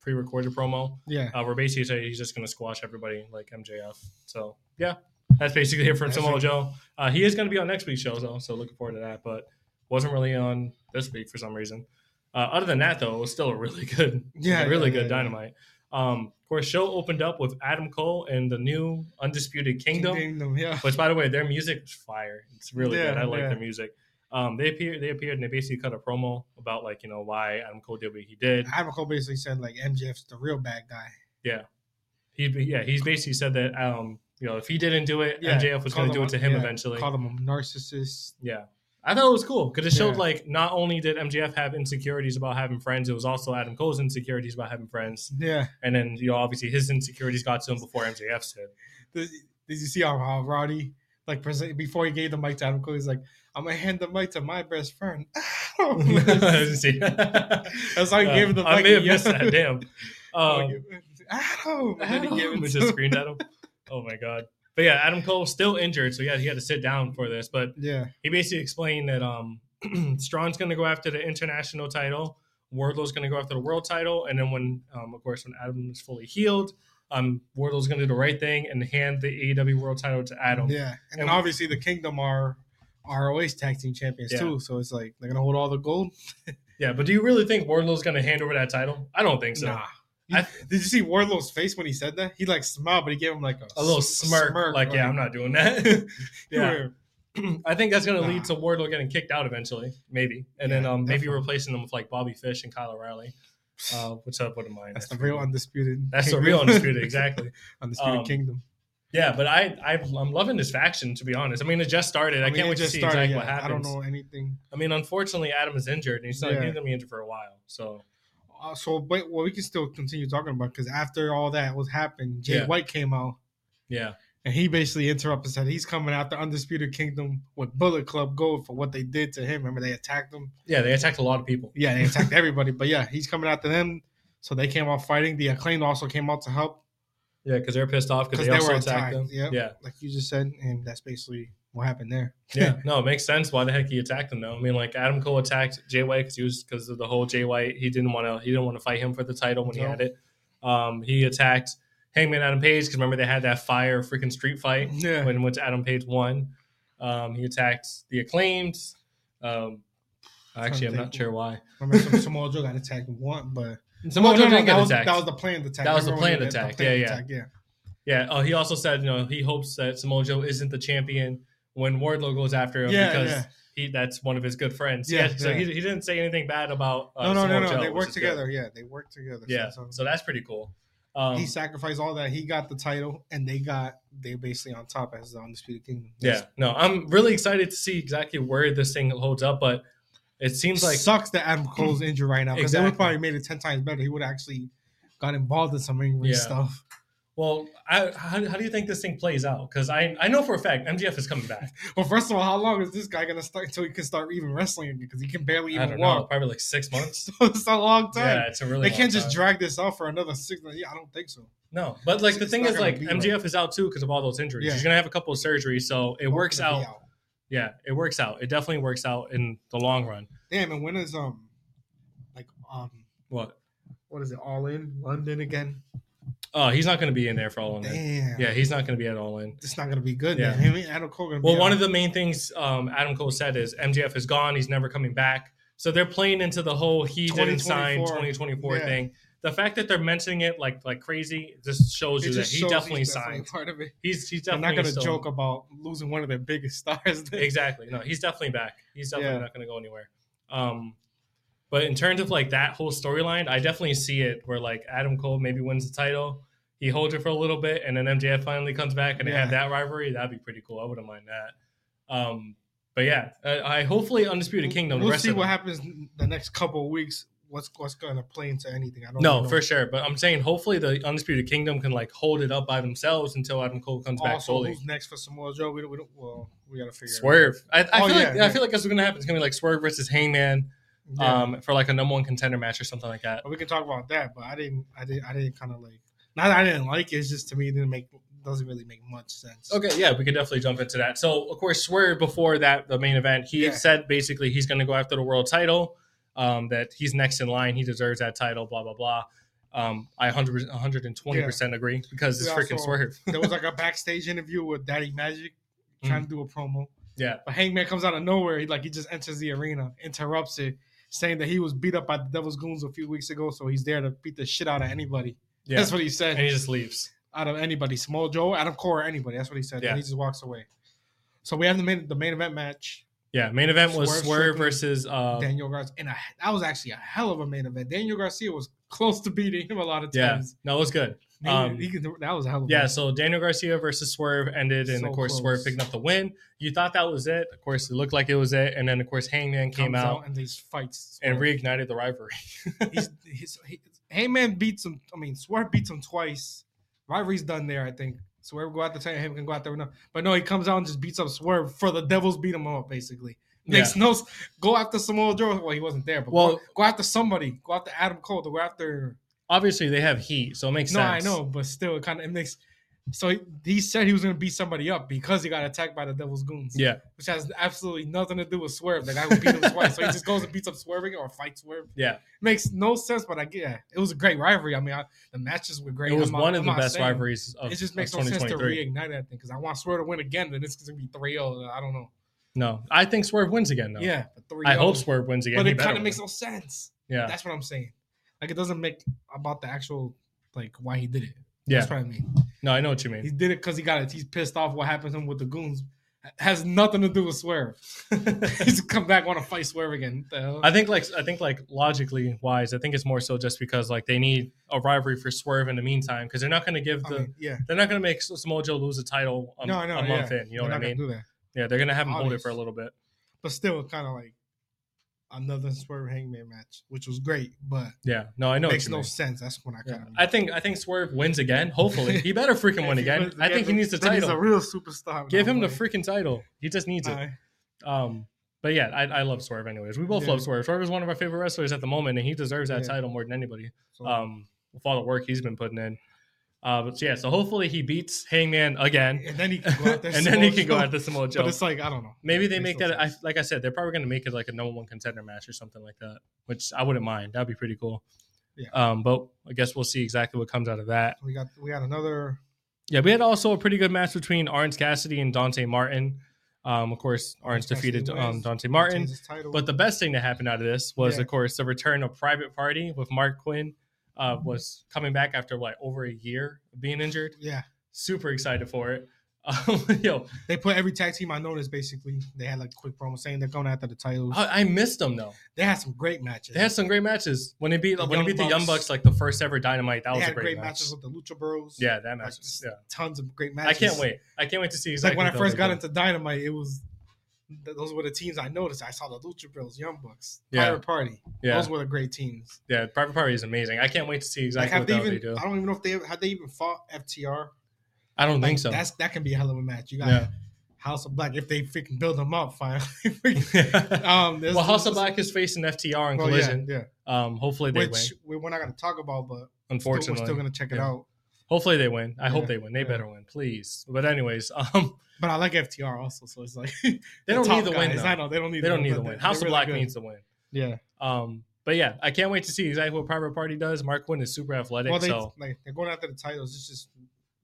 Speaker 2: pre-recorded promo
Speaker 3: Yeah,
Speaker 2: uh, where basically he said he's just going to squash everybody like MJF. So yeah, that's basically it from
Speaker 3: That's
Speaker 2: Samoa
Speaker 3: it.
Speaker 2: Joe. Uh, he is going to be on next week's show though, so looking forward to that. But wasn't really on this week for some reason. Uh, other than that though, it was still a really good,
Speaker 3: Yeah,
Speaker 2: really
Speaker 3: yeah,
Speaker 2: good
Speaker 3: yeah,
Speaker 2: Dynamite. Um, of course, show opened up with Adam Cole and the new Undisputed Kingdom.
Speaker 3: Kingdom, yeah.
Speaker 2: Which, by the way, their music is fire. It's really
Speaker 3: Yeah,
Speaker 2: good. I like
Speaker 3: yeah.
Speaker 2: their music. Um, they appeared. They appeared and they basically cut a promo about like you know why Adam Cole did what he did.
Speaker 3: Adam Cole basically said like MJF's the real bad guy.
Speaker 2: He yeah. He's basically said that um you know if he didn't do it,
Speaker 3: Yeah,
Speaker 2: MJF was going to
Speaker 3: called
Speaker 2: do
Speaker 3: him
Speaker 2: it to
Speaker 3: a-
Speaker 2: him
Speaker 3: yeah,
Speaker 2: eventually.
Speaker 3: Called him a narcissist.
Speaker 2: yeah. I thought it was cool because it showed
Speaker 3: Yeah.
Speaker 2: like not only did MJF have insecurities about having friends, it was also Adam Cole's insecurities about having friends,
Speaker 3: Yeah.
Speaker 2: and then you know obviously his insecurities got to him before MJF's did.
Speaker 3: Did, did you see how, how Roddy like present, before he gave the mic to Adam Cole? He's like, "I'm gonna hand the mic to my best friend." That's
Speaker 2: See?
Speaker 3: how he
Speaker 2: Yeah.
Speaker 3: gave him the mic.
Speaker 2: I may have
Speaker 3: Yeah.
Speaker 2: missed that. Damn. Um,
Speaker 3: Adam, and then he gave
Speaker 2: Adam
Speaker 3: it
Speaker 2: just
Speaker 3: to-
Speaker 2: screamed at him. Oh my god. But yeah, Adam Cole still injured, so yeah, he had to sit down for this. But
Speaker 3: Yeah,
Speaker 2: he basically explained that um Strong's gonna go after the international title, Wardlow's gonna go after the world title, and then when um of course when Adam is fully healed, um, Wardlow's going to do the right thing and hand the AEW World Title to Adam.
Speaker 3: Yeah, and then
Speaker 2: And-
Speaker 3: obviously the Kingdom are ROH tag team champions
Speaker 2: Yeah.
Speaker 3: too. So it's like they're gonna hold all the gold.
Speaker 2: Yeah, but do you really think Wardlow's going to hand over that title? I don't think so.
Speaker 3: nah.
Speaker 2: I-
Speaker 3: Did you see Wardlow's face when he said that? He like smiled, but he gave him like a,
Speaker 2: A little
Speaker 3: s-
Speaker 2: smirk, like, yeah, I'm not doing that.
Speaker 3: you
Speaker 2: yeah,
Speaker 3: were-
Speaker 2: I think that's going to lead
Speaker 3: Nah.
Speaker 2: to Wardlow getting kicked out eventually, maybe, and then
Speaker 3: Yeah,
Speaker 2: um, maybe
Speaker 3: definitely.
Speaker 2: replacing them with like Bobby Fish and Kyle O'Reilly. Uh, what's up? What am I?
Speaker 3: That's the real undisputed.
Speaker 2: That's the
Speaker 3: kingdom.
Speaker 2: real undisputed, exactly.
Speaker 3: undisputed
Speaker 2: Um,
Speaker 3: kingdom.
Speaker 2: Yeah, but I, I I'm loving this faction to be honest. I mean, it just started. I,
Speaker 3: mean,
Speaker 2: can't
Speaker 3: it
Speaker 2: wait to
Speaker 3: just
Speaker 2: see
Speaker 3: started,
Speaker 2: exactly
Speaker 3: yeah.
Speaker 2: what happens.
Speaker 3: I don't know anything.
Speaker 2: I mean, unfortunately, Adam is injured, and he's not
Speaker 3: Yeah.
Speaker 2: he's gonna be injured for a while. So
Speaker 3: Uh, so, but well, we can still continue talking about because after all that was happened, Jay
Speaker 2: Yeah.
Speaker 3: White came out
Speaker 2: yeah,
Speaker 3: and he basically interrupted and said he's coming after Undisputed Kingdom with Bullet Club Gold for what they did to him. Remember they attacked him.
Speaker 2: yeah, they attacked a lot of people.
Speaker 3: Yeah, they attacked everybody, but yeah, he's coming after them. So they came out fighting. The acclaimed also came out to help,
Speaker 2: Yeah, because they're pissed off
Speaker 3: 'Cause
Speaker 2: because they,
Speaker 3: they
Speaker 2: also
Speaker 3: were
Speaker 2: attacked
Speaker 3: attacked,
Speaker 2: them.
Speaker 3: yep.
Speaker 2: Yeah,
Speaker 3: like you just said, and that's basically what happened there.
Speaker 2: yeah. No, it makes sense why the heck he attacked them though. I mean, like Adam Cole attacked Jay White because he was because of the whole Jay White. He didn't want to he didn't want to fight him for the title when he
Speaker 3: No.
Speaker 2: had it. Um, he attacked Hangman Adam Page because remember they had that fire freaking street fight.
Speaker 3: Yeah,
Speaker 2: when which Adam Page won. Um, he attacked the acclaimed. Um, actually, I'm not sure why.
Speaker 3: remember some Samoa Joe got attacked one, but
Speaker 2: Samoa Joe
Speaker 3: no, no,
Speaker 2: did
Speaker 3: that,
Speaker 2: get
Speaker 3: was,
Speaker 2: attacked.
Speaker 3: that was the planned attack.
Speaker 2: That was the
Speaker 3: Remember when
Speaker 2: planned
Speaker 3: they did
Speaker 2: attack.
Speaker 3: planned
Speaker 2: Yeah, yeah.
Speaker 3: attack,
Speaker 2: yeah. Oh, he also said, you know, he hopes that Samoa Joe isn't the champion when Wardlow goes after him
Speaker 3: Yeah,
Speaker 2: because
Speaker 3: yeah.
Speaker 2: he that's one of his good friends.
Speaker 3: Yeah,
Speaker 2: Yeah. So
Speaker 3: yeah.
Speaker 2: he, he didn't say anything bad about. Uh,
Speaker 3: No, no, no,
Speaker 2: Samoa
Speaker 3: no.
Speaker 2: Joe,
Speaker 3: they
Speaker 2: which
Speaker 3: worked
Speaker 2: is good.
Speaker 3: together. Yeah, they worked together.
Speaker 2: Yeah.
Speaker 3: So, so
Speaker 2: So that's pretty cool. Um,
Speaker 3: he sacrificed all that. He got the title, and they got they basically on top as the undisputed kingdom.
Speaker 2: yeah. No, I'm really excited to see exactly where this thing holds up, but it seems
Speaker 3: It's
Speaker 2: like
Speaker 3: sucks that Adam Cole's injured right now because they would
Speaker 2: Exactly.
Speaker 3: probably made it ten times better. He would actually got involved in some ring
Speaker 2: Yeah.
Speaker 3: stuff.
Speaker 2: Well, I, how, how do you think this thing plays out? Because I, I know for a fact MGF is coming back.
Speaker 3: Well, first of all, how long is this guy gonna start until he can start even wrestling again? Because he can barely
Speaker 2: I
Speaker 3: even
Speaker 2: don't know,
Speaker 3: walk.
Speaker 2: probably like six months.
Speaker 3: So it's a long time.
Speaker 2: yeah, it's a really.
Speaker 3: they
Speaker 2: long
Speaker 3: can't just
Speaker 2: time.
Speaker 3: drag this out for another six. Yeah, I don't think so.
Speaker 2: no, but like the
Speaker 3: It's
Speaker 2: thing
Speaker 3: not
Speaker 2: is,
Speaker 3: gonna
Speaker 2: like
Speaker 3: be
Speaker 2: MGF is out too because of all those injuries.
Speaker 3: Yeah.
Speaker 2: He's gonna have a couple of surgeries, so it
Speaker 3: Both
Speaker 2: works
Speaker 3: gonna be
Speaker 2: out. Yeah, it works out. It definitely works out in the long run.
Speaker 3: Damn, and when is um, like um,
Speaker 2: What?
Speaker 3: what is it? All in London again?
Speaker 2: Oh, he's not gonna be in there for all in.
Speaker 3: Damn.
Speaker 2: Yeah, he's not gonna be at all in.
Speaker 3: It's not gonna be good.
Speaker 2: Yeah.
Speaker 3: Yeah. Him and Adam Cole gonna
Speaker 2: Well,
Speaker 3: be
Speaker 2: one
Speaker 3: out.
Speaker 2: of the main things um, Adam Cole said is MGF is gone. He's never coming back. So they're playing into the whole he didn't sign
Speaker 3: 2024.
Speaker 2: 2024
Speaker 3: Yeah.
Speaker 2: thing. The fact that they're mentioning it like like crazy just shows
Speaker 3: It
Speaker 2: you that
Speaker 3: just
Speaker 2: he
Speaker 3: shows
Speaker 2: definitely
Speaker 3: he's
Speaker 2: signed.
Speaker 3: part of it.
Speaker 2: He's he's
Speaker 3: I'm
Speaker 2: definitely
Speaker 3: not gonna
Speaker 2: still-
Speaker 3: joke about losing one of their biggest stars.
Speaker 2: exactly. No, he's definitely back. He's definitely
Speaker 3: Yeah.
Speaker 2: not going to go anywhere. Um, but in terms of like that whole storyline, I definitely see it where like Adam Cole maybe wins the title. He holds it for a little bit, and then MJF finally comes back, and they have that rivalry. That'd be pretty cool. I wouldn't mind that. Um, but yeah, I, I hopefully Undisputed Kingdom. the
Speaker 3: We'll
Speaker 2: rest
Speaker 3: see
Speaker 2: of
Speaker 3: what
Speaker 2: them-
Speaker 3: happens the next couple of weeks. What's what's gonna play into anything? I don't.
Speaker 2: No,
Speaker 3: know.
Speaker 2: for sure. But I'm saying hopefully the Undisputed Kingdom can like hold it up by themselves until Adam Cole comes back
Speaker 3: Also,
Speaker 2: fully.
Speaker 3: who's next for Samoa Joe? We don't. We don't well, we gotta figure. it out.
Speaker 2: Swerve. I, I
Speaker 3: Oh,
Speaker 2: feel
Speaker 3: yeah,
Speaker 2: like I
Speaker 3: yeah.
Speaker 2: feel like that's what's gonna happen. It's gonna be like Swerve versus Hangman.
Speaker 3: Yeah.
Speaker 2: um, for like a number one contender match or something like that.
Speaker 3: But we can talk about that. But I didn't. I didn't. I didn't kind of like. Not that I didn't like it. It's just to me it didn't make doesn't really make much sense.
Speaker 2: Okay, yeah, we could definitely jump into that. So, of course, Swerve before that, the main event, he
Speaker 3: Yeah.
Speaker 2: said basically he's going to go after the world title, um, that he's next in line, he deserves that title, blah blah blah. Um, I 100 120% agree because it's
Speaker 3: We
Speaker 2: freaking
Speaker 3: also-
Speaker 2: Swerve.
Speaker 3: there was like a backstage interview with Daddy Magic
Speaker 2: Mm.
Speaker 3: trying to do a promo.
Speaker 2: Yeah.
Speaker 3: But Hangman comes out of nowhere. He like he just enters the arena, interrupts it, saying that he was beat up by the Devil's Goons a few weeks ago, so he's there to beat the shit out of anybody.
Speaker 2: Yeah.
Speaker 3: That's what he said.
Speaker 2: and he just leaves.
Speaker 3: out of anybody, Small Joe, out of Core, anybody. That's what he said.
Speaker 2: Yeah.
Speaker 3: And he just walks away. So we have the main the main event match.
Speaker 2: Yeah, main event was
Speaker 3: Swerve
Speaker 2: Swerve
Speaker 3: Strickland,
Speaker 2: versus uh,
Speaker 3: Daniel Garcia, and a, that was actually a hell of a main event. Daniel Garcia was close to beating him a lot of
Speaker 2: yeah.
Speaker 3: times.
Speaker 2: No, it was good.
Speaker 3: He-
Speaker 2: Um,
Speaker 3: he could- that was a hell of a
Speaker 2: Yeah, so Daniel Garcia versus Swerve ended, and
Speaker 3: So
Speaker 2: of course
Speaker 3: close.
Speaker 2: Swerve picking up the win. You thought that was it. Of course, it looked like it was it, and then of course Hangman
Speaker 3: Comes
Speaker 2: came out
Speaker 3: and these fights
Speaker 2: and reignited the rivalry.
Speaker 3: he's, he's, he, Heyman beats him. I mean, Swerve beats him twice. Rivalry's done there, I think. Swerve go out the time, Heyman can go out there. No, but no, he comes out and just beats up Swerve for the Devils beat him up. Basically, makes no s- go after Samoa Joe. Well, he wasn't there, but
Speaker 2: Well-
Speaker 3: go, go after somebody. Go after Adam Cole. Go after.
Speaker 2: obviously they have heat, so it makes
Speaker 3: No, I
Speaker 2: sense.
Speaker 3: know, but still, it kind of it makes So he, he said he was going to beat somebody up because he got attacked by the Devil's goons.
Speaker 2: Yeah,
Speaker 3: which has absolutely nothing to do with Swerve. The guy who beat him twice, so he just goes and beats up Swerve again or fights Swerve.
Speaker 2: yeah.
Speaker 3: Makes no sense, but I get yeah, it was a great rivalry. I mean, I, the matches were great.
Speaker 2: It was
Speaker 3: I'm not-
Speaker 2: one of
Speaker 3: I'm
Speaker 2: the
Speaker 3: not
Speaker 2: best
Speaker 3: saying-
Speaker 2: rivalries of,
Speaker 3: It just
Speaker 2: of
Speaker 3: makes no sense to
Speaker 2: 2023.
Speaker 3: reignite that thing because I want Swerve to win again. Then it's going to be 3 0. I don't know.
Speaker 2: no, I think Swerve wins again though.
Speaker 3: Yeah, but 3
Speaker 2: I hope Swerve wins again.
Speaker 3: But
Speaker 2: He
Speaker 3: it
Speaker 2: better
Speaker 3: kind of
Speaker 2: win.
Speaker 3: makes no sense.
Speaker 2: yeah,
Speaker 3: That's what I'm saying. Like it doesn't make about the actual like why he did it.
Speaker 2: yeah.
Speaker 3: That's what I mean.
Speaker 2: No, I know what you
Speaker 3: He
Speaker 2: mean.
Speaker 3: did it because he got it. He's pissed off what happened to him with the goons. It Has nothing to do with Swerve. He's come back want to fight Swerve again. What the hell?
Speaker 2: I think like I think like logically wise, I think it's more so just because like they need a rivalry for Swerve in the meantime because they're not going to give
Speaker 3: I
Speaker 2: the
Speaker 3: mean, yeah.
Speaker 2: they're not going to make Samoa Joe lose a title a,
Speaker 3: No, no,
Speaker 2: a month
Speaker 3: yeah.
Speaker 2: in. You know
Speaker 3: They're
Speaker 2: what I
Speaker 3: not gonna
Speaker 2: mean?
Speaker 3: Do that.
Speaker 2: yeah, they're going to have him hold it
Speaker 3: Obvious.
Speaker 2: for a little bit.
Speaker 3: But still, kind of like another Swerve Hangman match, which was great, but
Speaker 2: Yeah, no, I know what
Speaker 3: makes
Speaker 2: you
Speaker 3: no
Speaker 2: mean.
Speaker 3: sense. That's when I
Speaker 2: Yeah.
Speaker 3: kind of.
Speaker 2: I think I think Swerve wins again. Hopefully, he better freaking win again. I think he needs the
Speaker 3: He's a
Speaker 2: title.
Speaker 3: real superstar.
Speaker 2: Give him the
Speaker 3: Like,
Speaker 2: freaking title. He just needs it.
Speaker 3: I-
Speaker 2: Um, but yeah, I, I love Swerve. Anyways, we both
Speaker 3: Yeah.
Speaker 2: love Swerve. Swerve is one of our favorite wrestlers at the moment, and he deserves that
Speaker 3: Yeah.
Speaker 2: title more than anybody.
Speaker 3: so,
Speaker 2: Um, with all the work he's been putting in. Uh, but yeah, so hopefully he beats Hangman again,
Speaker 3: and then he can go out there.
Speaker 2: and then he
Speaker 3: Samoa
Speaker 2: can go
Speaker 3: Joe.
Speaker 2: at the Samoa
Speaker 3: But
Speaker 2: Joe.
Speaker 3: it's like I don't know.
Speaker 2: Maybe they
Speaker 3: Makes
Speaker 2: make
Speaker 3: no
Speaker 2: that. I,
Speaker 3: sense.
Speaker 2: like I said, they're probably going to make it like a number one contender match or something like that, which I wouldn't mind. That'd be pretty cool.
Speaker 3: Yeah.
Speaker 2: Um, but I guess we'll see exactly what comes out of that.
Speaker 3: We got we got another
Speaker 2: Yeah, we had also a pretty good match between Orange Cassidy and Dante Martin. Um, of course, Orange
Speaker 3: Orange Cassidy
Speaker 2: defeated um,
Speaker 3: wins.
Speaker 2: Dante Martin.
Speaker 3: change his title.
Speaker 2: But the best thing that happened out of this was,
Speaker 3: Yeah.
Speaker 2: of course, the return of Private Party with Mark Quinn. Uh, was coming back after what over a year of being injured.
Speaker 3: yeah,
Speaker 2: Super excited for it. Um, yo,
Speaker 3: they put every tag team I noticed. Basically, they had like quick promo saying they're going after the titles.
Speaker 2: I, I missed them though.
Speaker 3: they had some great matches.
Speaker 2: Uh, They had some great matches when they beat
Speaker 3: The
Speaker 2: when they
Speaker 3: Young
Speaker 2: beat the Young
Speaker 3: Bucks.
Speaker 2: Bucks like the first ever Dynamite. That
Speaker 3: They
Speaker 2: was a
Speaker 3: had
Speaker 2: great,
Speaker 3: great
Speaker 2: match.
Speaker 3: matches with the Lucha Bros.
Speaker 2: yeah, that
Speaker 3: like,
Speaker 2: match. was
Speaker 3: just
Speaker 2: yeah,
Speaker 3: tons of great
Speaker 2: I
Speaker 3: matches.
Speaker 2: can't wait. I can't wait to see
Speaker 3: It's
Speaker 2: exactly
Speaker 3: like when I
Speaker 2: what
Speaker 3: first
Speaker 2: they
Speaker 3: got
Speaker 2: do.
Speaker 3: into Dynamite, it was th- those were the teams I noticed. I saw the Lucha Bros, Young Bucks,
Speaker 2: Yeah.
Speaker 3: Pirate Party.
Speaker 2: Yeah,
Speaker 3: Those were the great teams.
Speaker 2: yeah. Private Party is amazing. I can't wait to see
Speaker 3: Like,
Speaker 2: exactly
Speaker 3: have
Speaker 2: what
Speaker 3: they
Speaker 2: the hell
Speaker 3: even?
Speaker 2: they do.
Speaker 3: I don't even know if they have they even fought FTR.
Speaker 2: I don't
Speaker 3: Like,
Speaker 2: think so.
Speaker 3: That's that can be a hell of a match. You got
Speaker 2: Yeah.
Speaker 3: House of Black if they freaking build them up finally.
Speaker 2: well,
Speaker 3: um, there's-
Speaker 2: House of
Speaker 3: there's-
Speaker 2: Black is facing FTR and
Speaker 3: well, yeah,
Speaker 2: Collision.
Speaker 3: yeah.
Speaker 2: Um, hopefully they win.
Speaker 3: which we- we're not going to talk about, but still, we're
Speaker 2: Unfortunately,
Speaker 3: still going to check it
Speaker 2: Yeah.
Speaker 3: out.
Speaker 2: hopefully they win. I hope
Speaker 3: Yeah,
Speaker 2: they win. They
Speaker 3: yeah.
Speaker 2: better win, please. But anyways, um,
Speaker 3: But I like FTR also, so it's like
Speaker 2: they don't
Speaker 3: top
Speaker 2: need the win.
Speaker 3: guys,
Speaker 2: Though.
Speaker 3: I know they don't need.
Speaker 2: They
Speaker 3: the
Speaker 2: don't need
Speaker 3: win,
Speaker 2: the
Speaker 3: but
Speaker 2: win.
Speaker 3: they're
Speaker 2: House of
Speaker 3: really
Speaker 2: Black
Speaker 3: good.
Speaker 2: needs the win.
Speaker 3: Yeah.
Speaker 2: Um, but yeah, I can't wait to see exactly what Private Party does. Mark Quinn is super athletic,
Speaker 3: Well, they
Speaker 2: so
Speaker 3: like they're going after the titles. It's just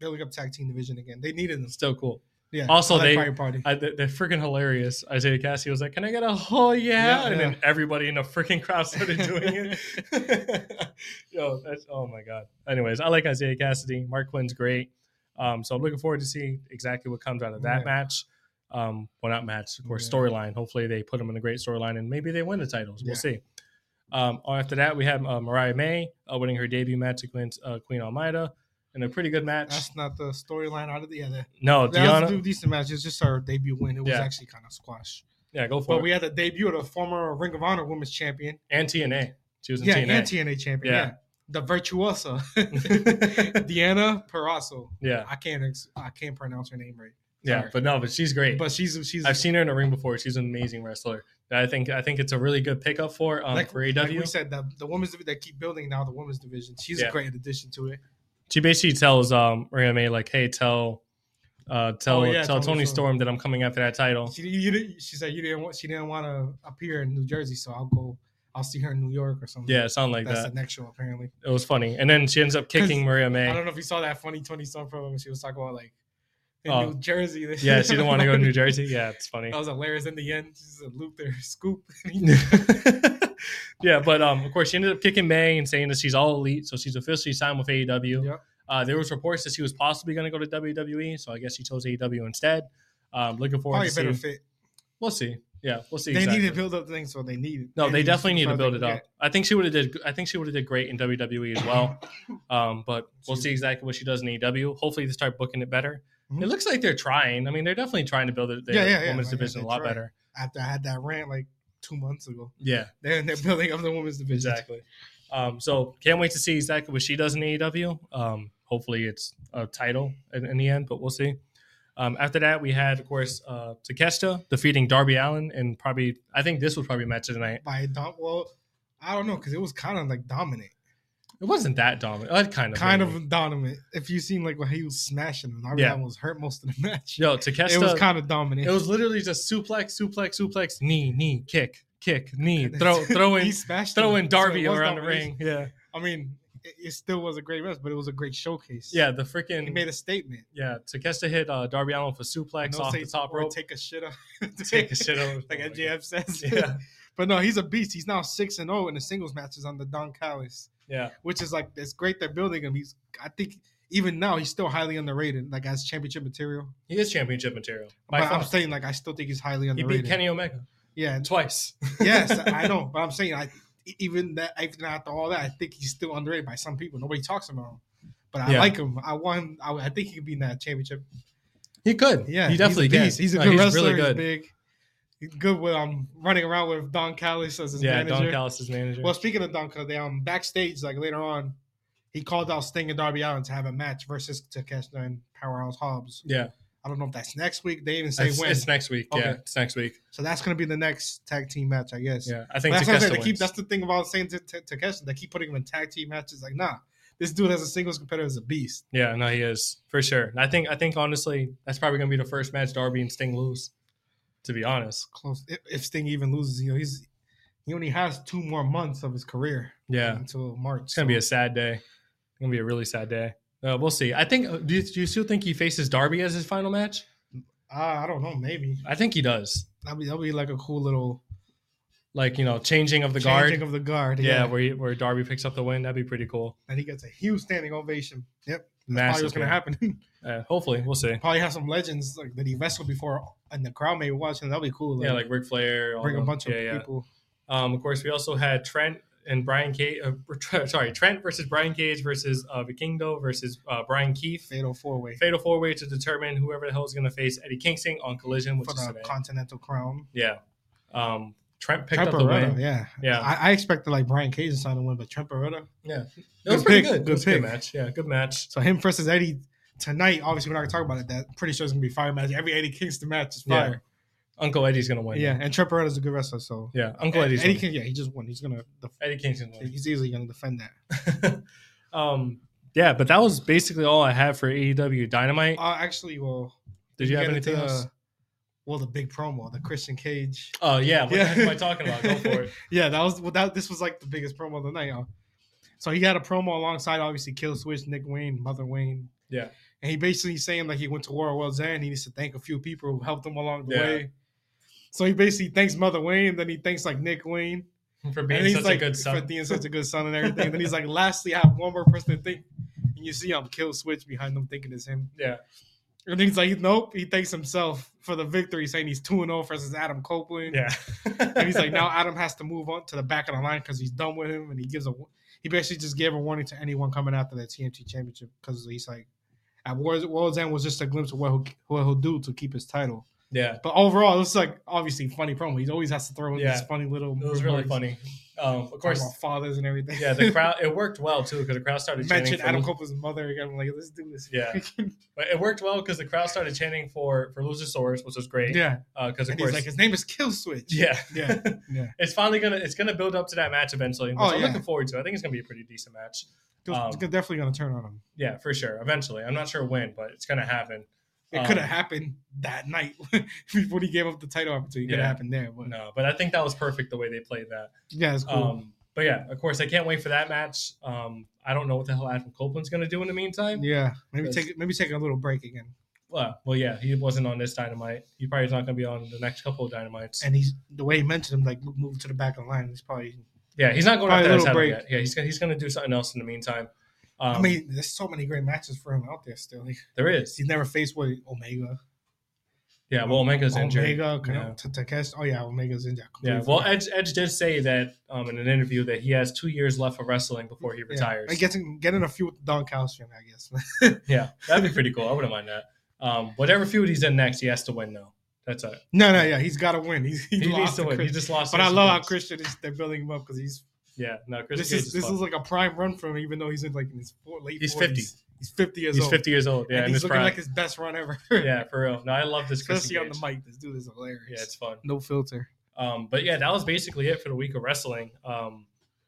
Speaker 3: building up tag team division again. They needed them.
Speaker 2: still cool.
Speaker 3: Yeah.
Speaker 2: Also,
Speaker 3: I like
Speaker 2: they-
Speaker 3: Fire party.
Speaker 2: I, they- they're freaking hilarious. Isaiah Cassie was like, "Can I get a oh yeah?"
Speaker 3: Yeah,
Speaker 2: and then
Speaker 3: yeah.
Speaker 2: everybody in the freaking crowd started doing it. Yo, that's oh my god. Anyways, I like Isaiah Cassidy. Mark Quinn's great. Um, so I'm looking forward to see exactly what comes out of that
Speaker 3: Yeah.
Speaker 2: match. Um, well, not match, of course,
Speaker 3: Yeah.
Speaker 2: storyline. Hopefully, they put them in a great storyline, and maybe they win the titles. We'll
Speaker 3: Yeah.
Speaker 2: see. Um, after that, we have uh, Mariah May uh, winning her debut match against uh, Queen Almeida in a pretty good match.
Speaker 3: That's not the storyline out of the other.
Speaker 2: no,
Speaker 3: That was a
Speaker 2: Deanna.
Speaker 3: decent match. It's just our debut win. It was
Speaker 2: Yeah.
Speaker 3: actually kind of squash.
Speaker 2: Yeah, go for
Speaker 3: But
Speaker 2: it.
Speaker 3: we had the debut of the former Ring of Honor Women's Champion.
Speaker 2: and TNA. She was in
Speaker 3: Yeah,
Speaker 2: TNA.
Speaker 3: and TNA Champion.
Speaker 2: Yeah.
Speaker 3: Yeah. The virtuosa, Deanna Parasso.
Speaker 2: yeah.
Speaker 3: I can't ex- I can't pronounce her name right.
Speaker 2: Yeah,
Speaker 3: Sorry.
Speaker 2: but no, but she's great.
Speaker 3: But she's she's
Speaker 2: I've seen her in the ring before. She's an amazing wrestler. I think I think it's a really good pickup for um,
Speaker 3: Like-
Speaker 2: for
Speaker 3: like
Speaker 2: AEW.
Speaker 3: we said that the women's divi- that keep building now the women's division. She's
Speaker 2: Yeah.
Speaker 3: a great addition to it.
Speaker 2: she basically tells um, Maria May like, "Hey, tell uh, tell
Speaker 3: Oh, yeah,
Speaker 2: tell
Speaker 3: Tony
Speaker 2: Tony
Speaker 3: Storm.
Speaker 2: Storm that I'm coming after that title."
Speaker 3: She you, didn't- she said you didn't want she didn't want to appear in New Jersey, so I'll go. I'll see her in New York or something.
Speaker 2: Yeah, it sounded like
Speaker 3: that's
Speaker 2: that.
Speaker 3: the next show apparently.
Speaker 2: It was funny, and then she ends up kicking
Speaker 3: 'Cause
Speaker 2: Maria
Speaker 3: I
Speaker 2: May.
Speaker 3: don't know if you saw that funny Tony Storm promo when she was talking about like in
Speaker 2: Oh.
Speaker 3: New Jersey.
Speaker 2: Yeah, she didn't want to go to New Jersey. Yeah, it's funny.
Speaker 3: That was hilarious. In the end, she said, "Loop there, scoop."
Speaker 2: yeah, but um, of course, she ended up kicking May and saying that she's all elite, so she's officially signed with AEW.
Speaker 3: Yep.
Speaker 2: Uh, there was reports that she was possibly going to go to WWE, so I guess she chose AEW instead. Um, looking forward
Speaker 3: Probably
Speaker 2: to
Speaker 3: better
Speaker 2: see.
Speaker 3: fit.
Speaker 2: We'll see. Yeah, we'll see.
Speaker 3: They
Speaker 2: exactly.
Speaker 3: need to build up things, so they need. it.
Speaker 2: No, they
Speaker 3: need
Speaker 2: definitely need to
Speaker 3: superstars
Speaker 2: build
Speaker 3: they
Speaker 2: it
Speaker 3: can
Speaker 2: up. I think she would have did. I think she would have did great in WWE as well. Um, but we'll see exactly what she does in AEW. Hopefully, they start booking it better.
Speaker 3: Mhm.
Speaker 2: It looks like they're trying. I mean, they're definitely trying to build it. Their
Speaker 3: Yeah, yeah, yeah.
Speaker 2: women's
Speaker 3: Like,
Speaker 2: division a
Speaker 3: they
Speaker 2: lot
Speaker 3: try.
Speaker 2: better.
Speaker 3: get. After I had that rant like two months ago,
Speaker 2: Yeah,
Speaker 3: they're they're building up the women's division.
Speaker 2: exactly. Um, so can't wait to see exactly what she does in AEW. Um, hopefully, it's a title in, in the end, but we'll see. Um, after that, we had, of course, uh, Takeshita defeating Darby Allen, and probably I think this was probably match of the night.
Speaker 3: by Dom. Well, I don't know because it was kind of like dominant.
Speaker 2: It wasn't that dominant. That kind of
Speaker 3: kind
Speaker 2: maybe.
Speaker 3: of dominant. If you seen like when he was smashing him, I mean,
Speaker 2: Yeah.
Speaker 3: that was hurt most of the match.
Speaker 2: Yo, Takeshita.
Speaker 3: it was kind of dominant.
Speaker 2: It was literally just suplex, suplex, suplex, knee, knee, kick, kick, knee, throw, throw
Speaker 3: He
Speaker 2: in,
Speaker 3: smashed
Speaker 2: throw
Speaker 3: him.
Speaker 2: in
Speaker 3: So it
Speaker 2: Darby
Speaker 3: was
Speaker 2: around the
Speaker 3: domination.
Speaker 2: ring. Yeah,
Speaker 3: I mean, it, it still was a great match, but it was a great showcase.
Speaker 2: yeah. The
Speaker 3: he
Speaker 2: freaking
Speaker 3: made a statement.
Speaker 2: yeah. Takeshita hit uh, Darby Allen with a suplex
Speaker 3: No
Speaker 2: off
Speaker 3: say-
Speaker 2: the top
Speaker 3: or
Speaker 2: rope.
Speaker 3: Take a shit off.
Speaker 2: Take a shit over.
Speaker 3: like
Speaker 2: Oh my
Speaker 3: MJF says.
Speaker 2: God. Yeah,
Speaker 3: but no, he's a beast. He's now six and zero in the singles matches on the Don Callis,
Speaker 2: yeah,
Speaker 3: which is like it's great they're building him. He's I think even now he's still highly underrated, like as championship material.
Speaker 2: he is championship material. By
Speaker 3: but
Speaker 2: far.
Speaker 3: I'm saying like I still think he's highly
Speaker 2: he
Speaker 3: underrated.
Speaker 2: beat Kenny Omega
Speaker 3: Yeah, and-
Speaker 2: twice.
Speaker 3: yes, I know, but I'm saying I even that even after all that, I think he's still underrated by some people. Nobody talks about him. But I
Speaker 2: Yeah.
Speaker 3: like him. I want him. I, I think he could be in that championship.
Speaker 2: He could.
Speaker 3: Yeah,
Speaker 2: he definitely
Speaker 3: he's a
Speaker 2: can.
Speaker 3: beast. He's a
Speaker 2: No,
Speaker 3: good wrestler.
Speaker 2: really
Speaker 3: he's
Speaker 2: good.
Speaker 3: big. He's good with um running around with Don Callis as his
Speaker 2: yeah,
Speaker 3: manager.
Speaker 2: Don Callis is manager.
Speaker 3: Well, speaking of Dunker, they um backstage like later on, he called out Sting and Darby Allen to have a match versus Takeshita and Powerhouse Hobbs.
Speaker 2: yeah,
Speaker 3: I don't know if that's next week. They even say
Speaker 2: it's,
Speaker 3: when,
Speaker 2: it's next week. Yeah,
Speaker 3: Okay.
Speaker 2: it's next week.
Speaker 3: so that's gonna be the next tag team match, I guess.
Speaker 2: Yeah, I
Speaker 3: But
Speaker 2: think
Speaker 3: that's what I'm saying.
Speaker 2: Takeshita
Speaker 3: They keep,
Speaker 2: wins.
Speaker 3: that's the thing about saying to to- Takeshita. They keep putting him in tag team matches. Like, nah, this dude as a singles competitor is a beast.
Speaker 2: Yeah, no, he is for sure. And I think I think honestly, that's probably gonna be the first match Darby and Sting lose. To be honest,
Speaker 3: Close. If, if Sting even loses, you know, he's he only has two more months of his career.
Speaker 2: yeah,
Speaker 3: until March.
Speaker 2: it's gonna be a sad day. It's gonna be a really sad day. Uh, we'll see. I think. Do you, do you still think he faces Darby as his final match?
Speaker 3: Uh, I don't know. Maybe
Speaker 2: I think he does.
Speaker 3: that'll be that'll be like a cool little
Speaker 2: Like you know, changing of the
Speaker 3: changing
Speaker 2: guard.
Speaker 3: of the guard.
Speaker 2: yeah, where he, where Darby picks up the win, that'd be pretty cool.
Speaker 3: and he gets a huge standing ovation. Yep, probably
Speaker 2: Massive.
Speaker 3: what's gonna
Speaker 2: win.
Speaker 3: happen.
Speaker 2: Uh, hopefully, we'll see.
Speaker 3: probably have some legends like that he wrestled before, and the crowd may be watching. That'll be cool.
Speaker 2: Yeah, like Ric Flair. all
Speaker 3: bring a
Speaker 2: them.
Speaker 3: bunch of
Speaker 2: Yeah, yeah.
Speaker 3: people.
Speaker 2: Um, of course, we also had Trent and Brian Cage. Uh, sorry, Trent versus Brian Cage versus uh, Vikingo versus uh, Brian Keefe.
Speaker 3: Fatal four way
Speaker 2: Fatal four way to determine whoever the hell is going to face Eddie Kingston on Collision, which
Speaker 3: for
Speaker 2: is
Speaker 3: the
Speaker 2: today.
Speaker 3: Continental Crown.
Speaker 2: yeah. Um, Trent picked up the
Speaker 3: Tremperetta,
Speaker 2: win.
Speaker 3: yeah,
Speaker 2: Yeah.
Speaker 3: I, I expected like Brian Cage to sign the win, but Tremperetta.
Speaker 2: It was
Speaker 3: Good
Speaker 2: pretty
Speaker 3: pick,
Speaker 2: good.
Speaker 3: good
Speaker 2: It was a
Speaker 3: pick.
Speaker 2: good match. Yeah, good match.
Speaker 3: So him versus Eddie tonight. Obviously, we're not gonna talk about it. That pretty sure it's gonna be fire match. Every Eddie Kingston match is
Speaker 2: Yeah.
Speaker 3: fire.
Speaker 2: Uncle Eddie's going to
Speaker 3: Yeah,
Speaker 2: win.
Speaker 3: and Tremperetta's a good wrestler, so
Speaker 2: Yeah. Uncle Eddie's
Speaker 3: Eddie
Speaker 2: Eddie,
Speaker 3: King, yeah, he just won. He's gonna
Speaker 2: Eddie Kingston won.
Speaker 3: he's easily gonna defend that.
Speaker 2: um, yeah, but that was basically all I had for AEW Dynamite.
Speaker 3: Uh, actually, well,
Speaker 2: Did you have
Speaker 3: get
Speaker 2: anything
Speaker 3: into,
Speaker 2: else?
Speaker 3: uh, Well, the big promo, the Christian Cage.
Speaker 2: Oh, yeah. What
Speaker 3: Yeah.
Speaker 2: the heck am I talking about? Go for it.
Speaker 3: Yeah, that was well, that. This was like the biggest promo of the night. Huh? So he had a promo alongside obviously Kill Switch, Nick Wayne, Mother Wayne.
Speaker 2: Yeah.
Speaker 3: and he basically saying like he went to War of World's End. He needs to thank a few people who helped him along the
Speaker 2: Yeah.
Speaker 3: way. So he basically thanks Mother Wayne, then he thanks like Nick Wayne,
Speaker 2: For
Speaker 3: and
Speaker 2: being
Speaker 3: he's
Speaker 2: such
Speaker 3: like
Speaker 2: a good
Speaker 3: for
Speaker 2: son.
Speaker 3: being such a good son and everything. then he's like, lastly, I have one more person to thank, and you see I'm Kill Switch behind them thinking it's him.
Speaker 2: Yeah.
Speaker 3: And he's like, nope. He thanks himself for the victory, saying he's 2 0 versus Adam Copeland.
Speaker 2: Yeah.
Speaker 3: And he's like, now Adam has to move on to the back of the line because he's done with him. And he gives a, he basically just gave a warning to anyone coming after the TNT championship because he's like, at World's, World's End was just a glimpse of what he'll, what he'll do to keep his title.
Speaker 2: yeah.
Speaker 3: But overall, it's like obviously funny promo. He always has to throw in
Speaker 2: Yeah.
Speaker 3: these funny little.
Speaker 2: It was really
Speaker 3: remarks.
Speaker 2: funny. Um, of
Speaker 3: Talking
Speaker 2: course,
Speaker 3: about fathers and everything.
Speaker 2: yeah, the crowd. It worked well too because the crowd started chanting.
Speaker 3: mentioned
Speaker 2: For,
Speaker 3: Adam Copeland's mother again. I'm like, let's do this.
Speaker 2: Yeah. but it worked well because the crowd started chanting for for Luchasaurus, which was great.
Speaker 3: yeah.
Speaker 2: because of
Speaker 3: And
Speaker 2: course,
Speaker 3: he's like, his name is Kill Switch.
Speaker 2: yeah,
Speaker 3: yeah, yeah.
Speaker 2: it's finally gonna it's gonna build up to that match eventually. Which
Speaker 3: Oh,
Speaker 2: I'm
Speaker 3: yeah.
Speaker 2: looking forward to. I think it's gonna be a pretty decent match.
Speaker 3: It's
Speaker 2: Um,
Speaker 3: definitely going to turn on him.
Speaker 2: Yeah, for sure. Eventually, I'm not sure when, but it's gonna happen.
Speaker 3: It
Speaker 2: um,
Speaker 3: could have happened that night before he gave up the title opportunity. It could have
Speaker 2: Yeah.
Speaker 3: happened there. But
Speaker 2: No, but I think that was perfect the way they played that.
Speaker 3: yeah, it's cool.
Speaker 2: Um, but yeah, of course, I can't wait for that match. Um, I don't know what the hell Adam Copeland's gonna do in the meantime.
Speaker 3: yeah, maybe
Speaker 2: Um, that's-
Speaker 3: take maybe take a little break again.
Speaker 2: Well, well, yeah, he wasn't on this dynamite. He probably's not gonna be on the next couple of dynamites.
Speaker 3: And he's the way he mentioned him, like move to the back of the line. He's probably.
Speaker 2: Yeah, he's not going
Speaker 3: Probably
Speaker 2: after that
Speaker 3: a little
Speaker 2: title
Speaker 3: break.
Speaker 2: yet. Yeah, he's gonna, he's going to do something else in the meantime. Um,
Speaker 3: I mean, there's so many great matches for him out there still. Like,
Speaker 2: there is.
Speaker 3: he's never faced with Omega.
Speaker 2: Yeah, well, Omega's injured.
Speaker 3: Omega,
Speaker 2: Yeah.
Speaker 3: yeah. Takeshi. Oh yeah, Omega's injured. I
Speaker 2: Yeah,
Speaker 3: completely
Speaker 2: well,
Speaker 3: forgot.
Speaker 2: Edge Edge did say that um, in an interview that he has two years left of wrestling before he
Speaker 3: Yeah.
Speaker 2: retires.
Speaker 3: I guess getting a few with Don Callihan, I guess.
Speaker 2: Yeah, that'd be pretty cool. I wouldn't mind that. Um, whatever feud he's in next, he has to win though. That's it.
Speaker 3: no, no, yeah, he's got to win. He's, he
Speaker 2: He, needs
Speaker 3: lost
Speaker 2: to win.
Speaker 3: Chris.
Speaker 2: He just lost.
Speaker 3: But
Speaker 2: to
Speaker 3: I love how
Speaker 2: Cage.
Speaker 3: Christian is. They're building him up because he's
Speaker 2: Yeah, no, Chris
Speaker 3: this
Speaker 2: Cage
Speaker 3: is
Speaker 2: is
Speaker 3: this
Speaker 2: fun.
Speaker 3: is like a prime run for him, even though he's in like in his four, late.
Speaker 2: He's
Speaker 3: 40s.
Speaker 2: 50.
Speaker 3: He's fifty years
Speaker 2: he's
Speaker 3: old.
Speaker 2: 50 years old. Yeah,
Speaker 3: and
Speaker 2: in
Speaker 3: he's
Speaker 2: his
Speaker 3: looking
Speaker 2: prime.
Speaker 3: like his best run ever.
Speaker 2: yeah, for real. No, I love this. Chris
Speaker 3: especially on the
Speaker 2: Cage.
Speaker 3: mic. This dude is hilarious.
Speaker 2: Yeah, it's fun.
Speaker 3: no filter.
Speaker 2: Um, but yeah, that was basically it for the week of wrestling. Um,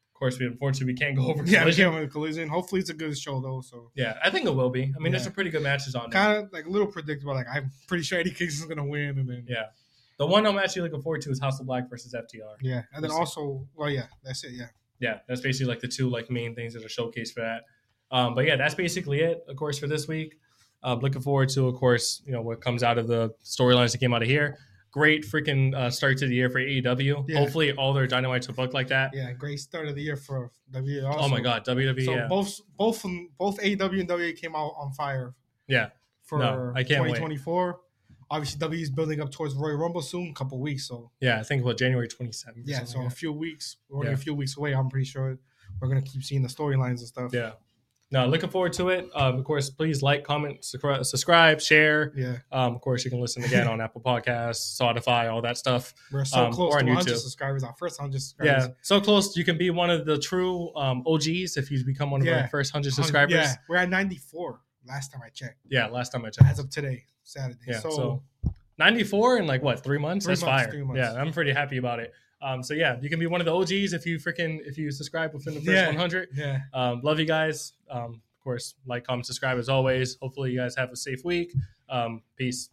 Speaker 2: of course, we unfortunately we can't go over.
Speaker 3: Yeah, we
Speaker 2: collision.
Speaker 3: can't win a collision. Hopefully, it's a good show though. So
Speaker 2: yeah. I think it will be. I mean, there's
Speaker 3: Yeah.
Speaker 2: some pretty good matches on. there.
Speaker 3: kind of like a little predictable. Like I'm pretty sure Eddie Kingston's gonna win, and then
Speaker 2: Yeah. The one I'm actually looking forward to is House of Black versus FTR.
Speaker 3: yeah, and then
Speaker 2: We'll see.
Speaker 3: also, well, yeah, that's it. Yeah,
Speaker 2: yeah, that's basically like the two like main things that are showcased for that. Um, but yeah, that's basically it, of course, for this week. Uh, looking forward to, of course, you know what comes out of the storylines that came out of here. Great freaking uh, start to the year for AEW.
Speaker 3: Yeah.
Speaker 2: Hopefully, all their dynamites will look like that.
Speaker 3: yeah, great start of the year for WWE. Also.
Speaker 2: oh my god, WWE.
Speaker 3: So
Speaker 2: yeah.
Speaker 3: both both from both AEW and WWE came out on fire.
Speaker 2: Yeah.
Speaker 3: for
Speaker 2: No, I can't wait.
Speaker 3: 2024. Obviously, W E is building up towards Royal Rumble soon, couple weeks. So
Speaker 2: yeah, I think about January 27th. or
Speaker 3: yeah, so
Speaker 2: something
Speaker 3: a
Speaker 2: like
Speaker 3: few weeks, we're only
Speaker 2: Yeah.
Speaker 3: a few weeks away. I'm pretty sure we're gonna keep seeing the storylines and stuff.
Speaker 2: that. yeah. No, looking forward to it. Um, of course, please like, comment, subscri- subscribe, share.
Speaker 3: yeah,
Speaker 2: Um, of course, you can listen again on Apple Podcasts, Spotify, all that stuff.
Speaker 3: we're so
Speaker 2: Um,
Speaker 3: close
Speaker 2: or
Speaker 3: to
Speaker 2: on
Speaker 3: 100
Speaker 2: YouTube.
Speaker 3: subscribers. Our first 100 subscribers.
Speaker 2: Yeah, so close. You can be one of the true um, OGs if you become one of
Speaker 3: Yeah.
Speaker 2: the first hundred
Speaker 3: 100
Speaker 2: subscribers.
Speaker 3: Yeah,
Speaker 2: Yeah.
Speaker 3: we're at 94 last time I checked,
Speaker 2: last time I
Speaker 3: as
Speaker 2: checked.
Speaker 3: of today, Saturday.
Speaker 2: Yeah,
Speaker 3: so,
Speaker 2: so, ninety four in like what three months?
Speaker 3: Three
Speaker 2: That's
Speaker 3: months,
Speaker 2: fire.
Speaker 3: three months.
Speaker 2: Yeah, I'm pretty happy about it. Um, so yeah, you can be one of the OGs if you freaking if you subscribe within the first
Speaker 3: Yeah.
Speaker 2: one hundred.
Speaker 3: yeah,
Speaker 2: Um, love you guys. Um, of course, like, comment, subscribe as always. Hopefully, you guys have a safe week. Um, peace.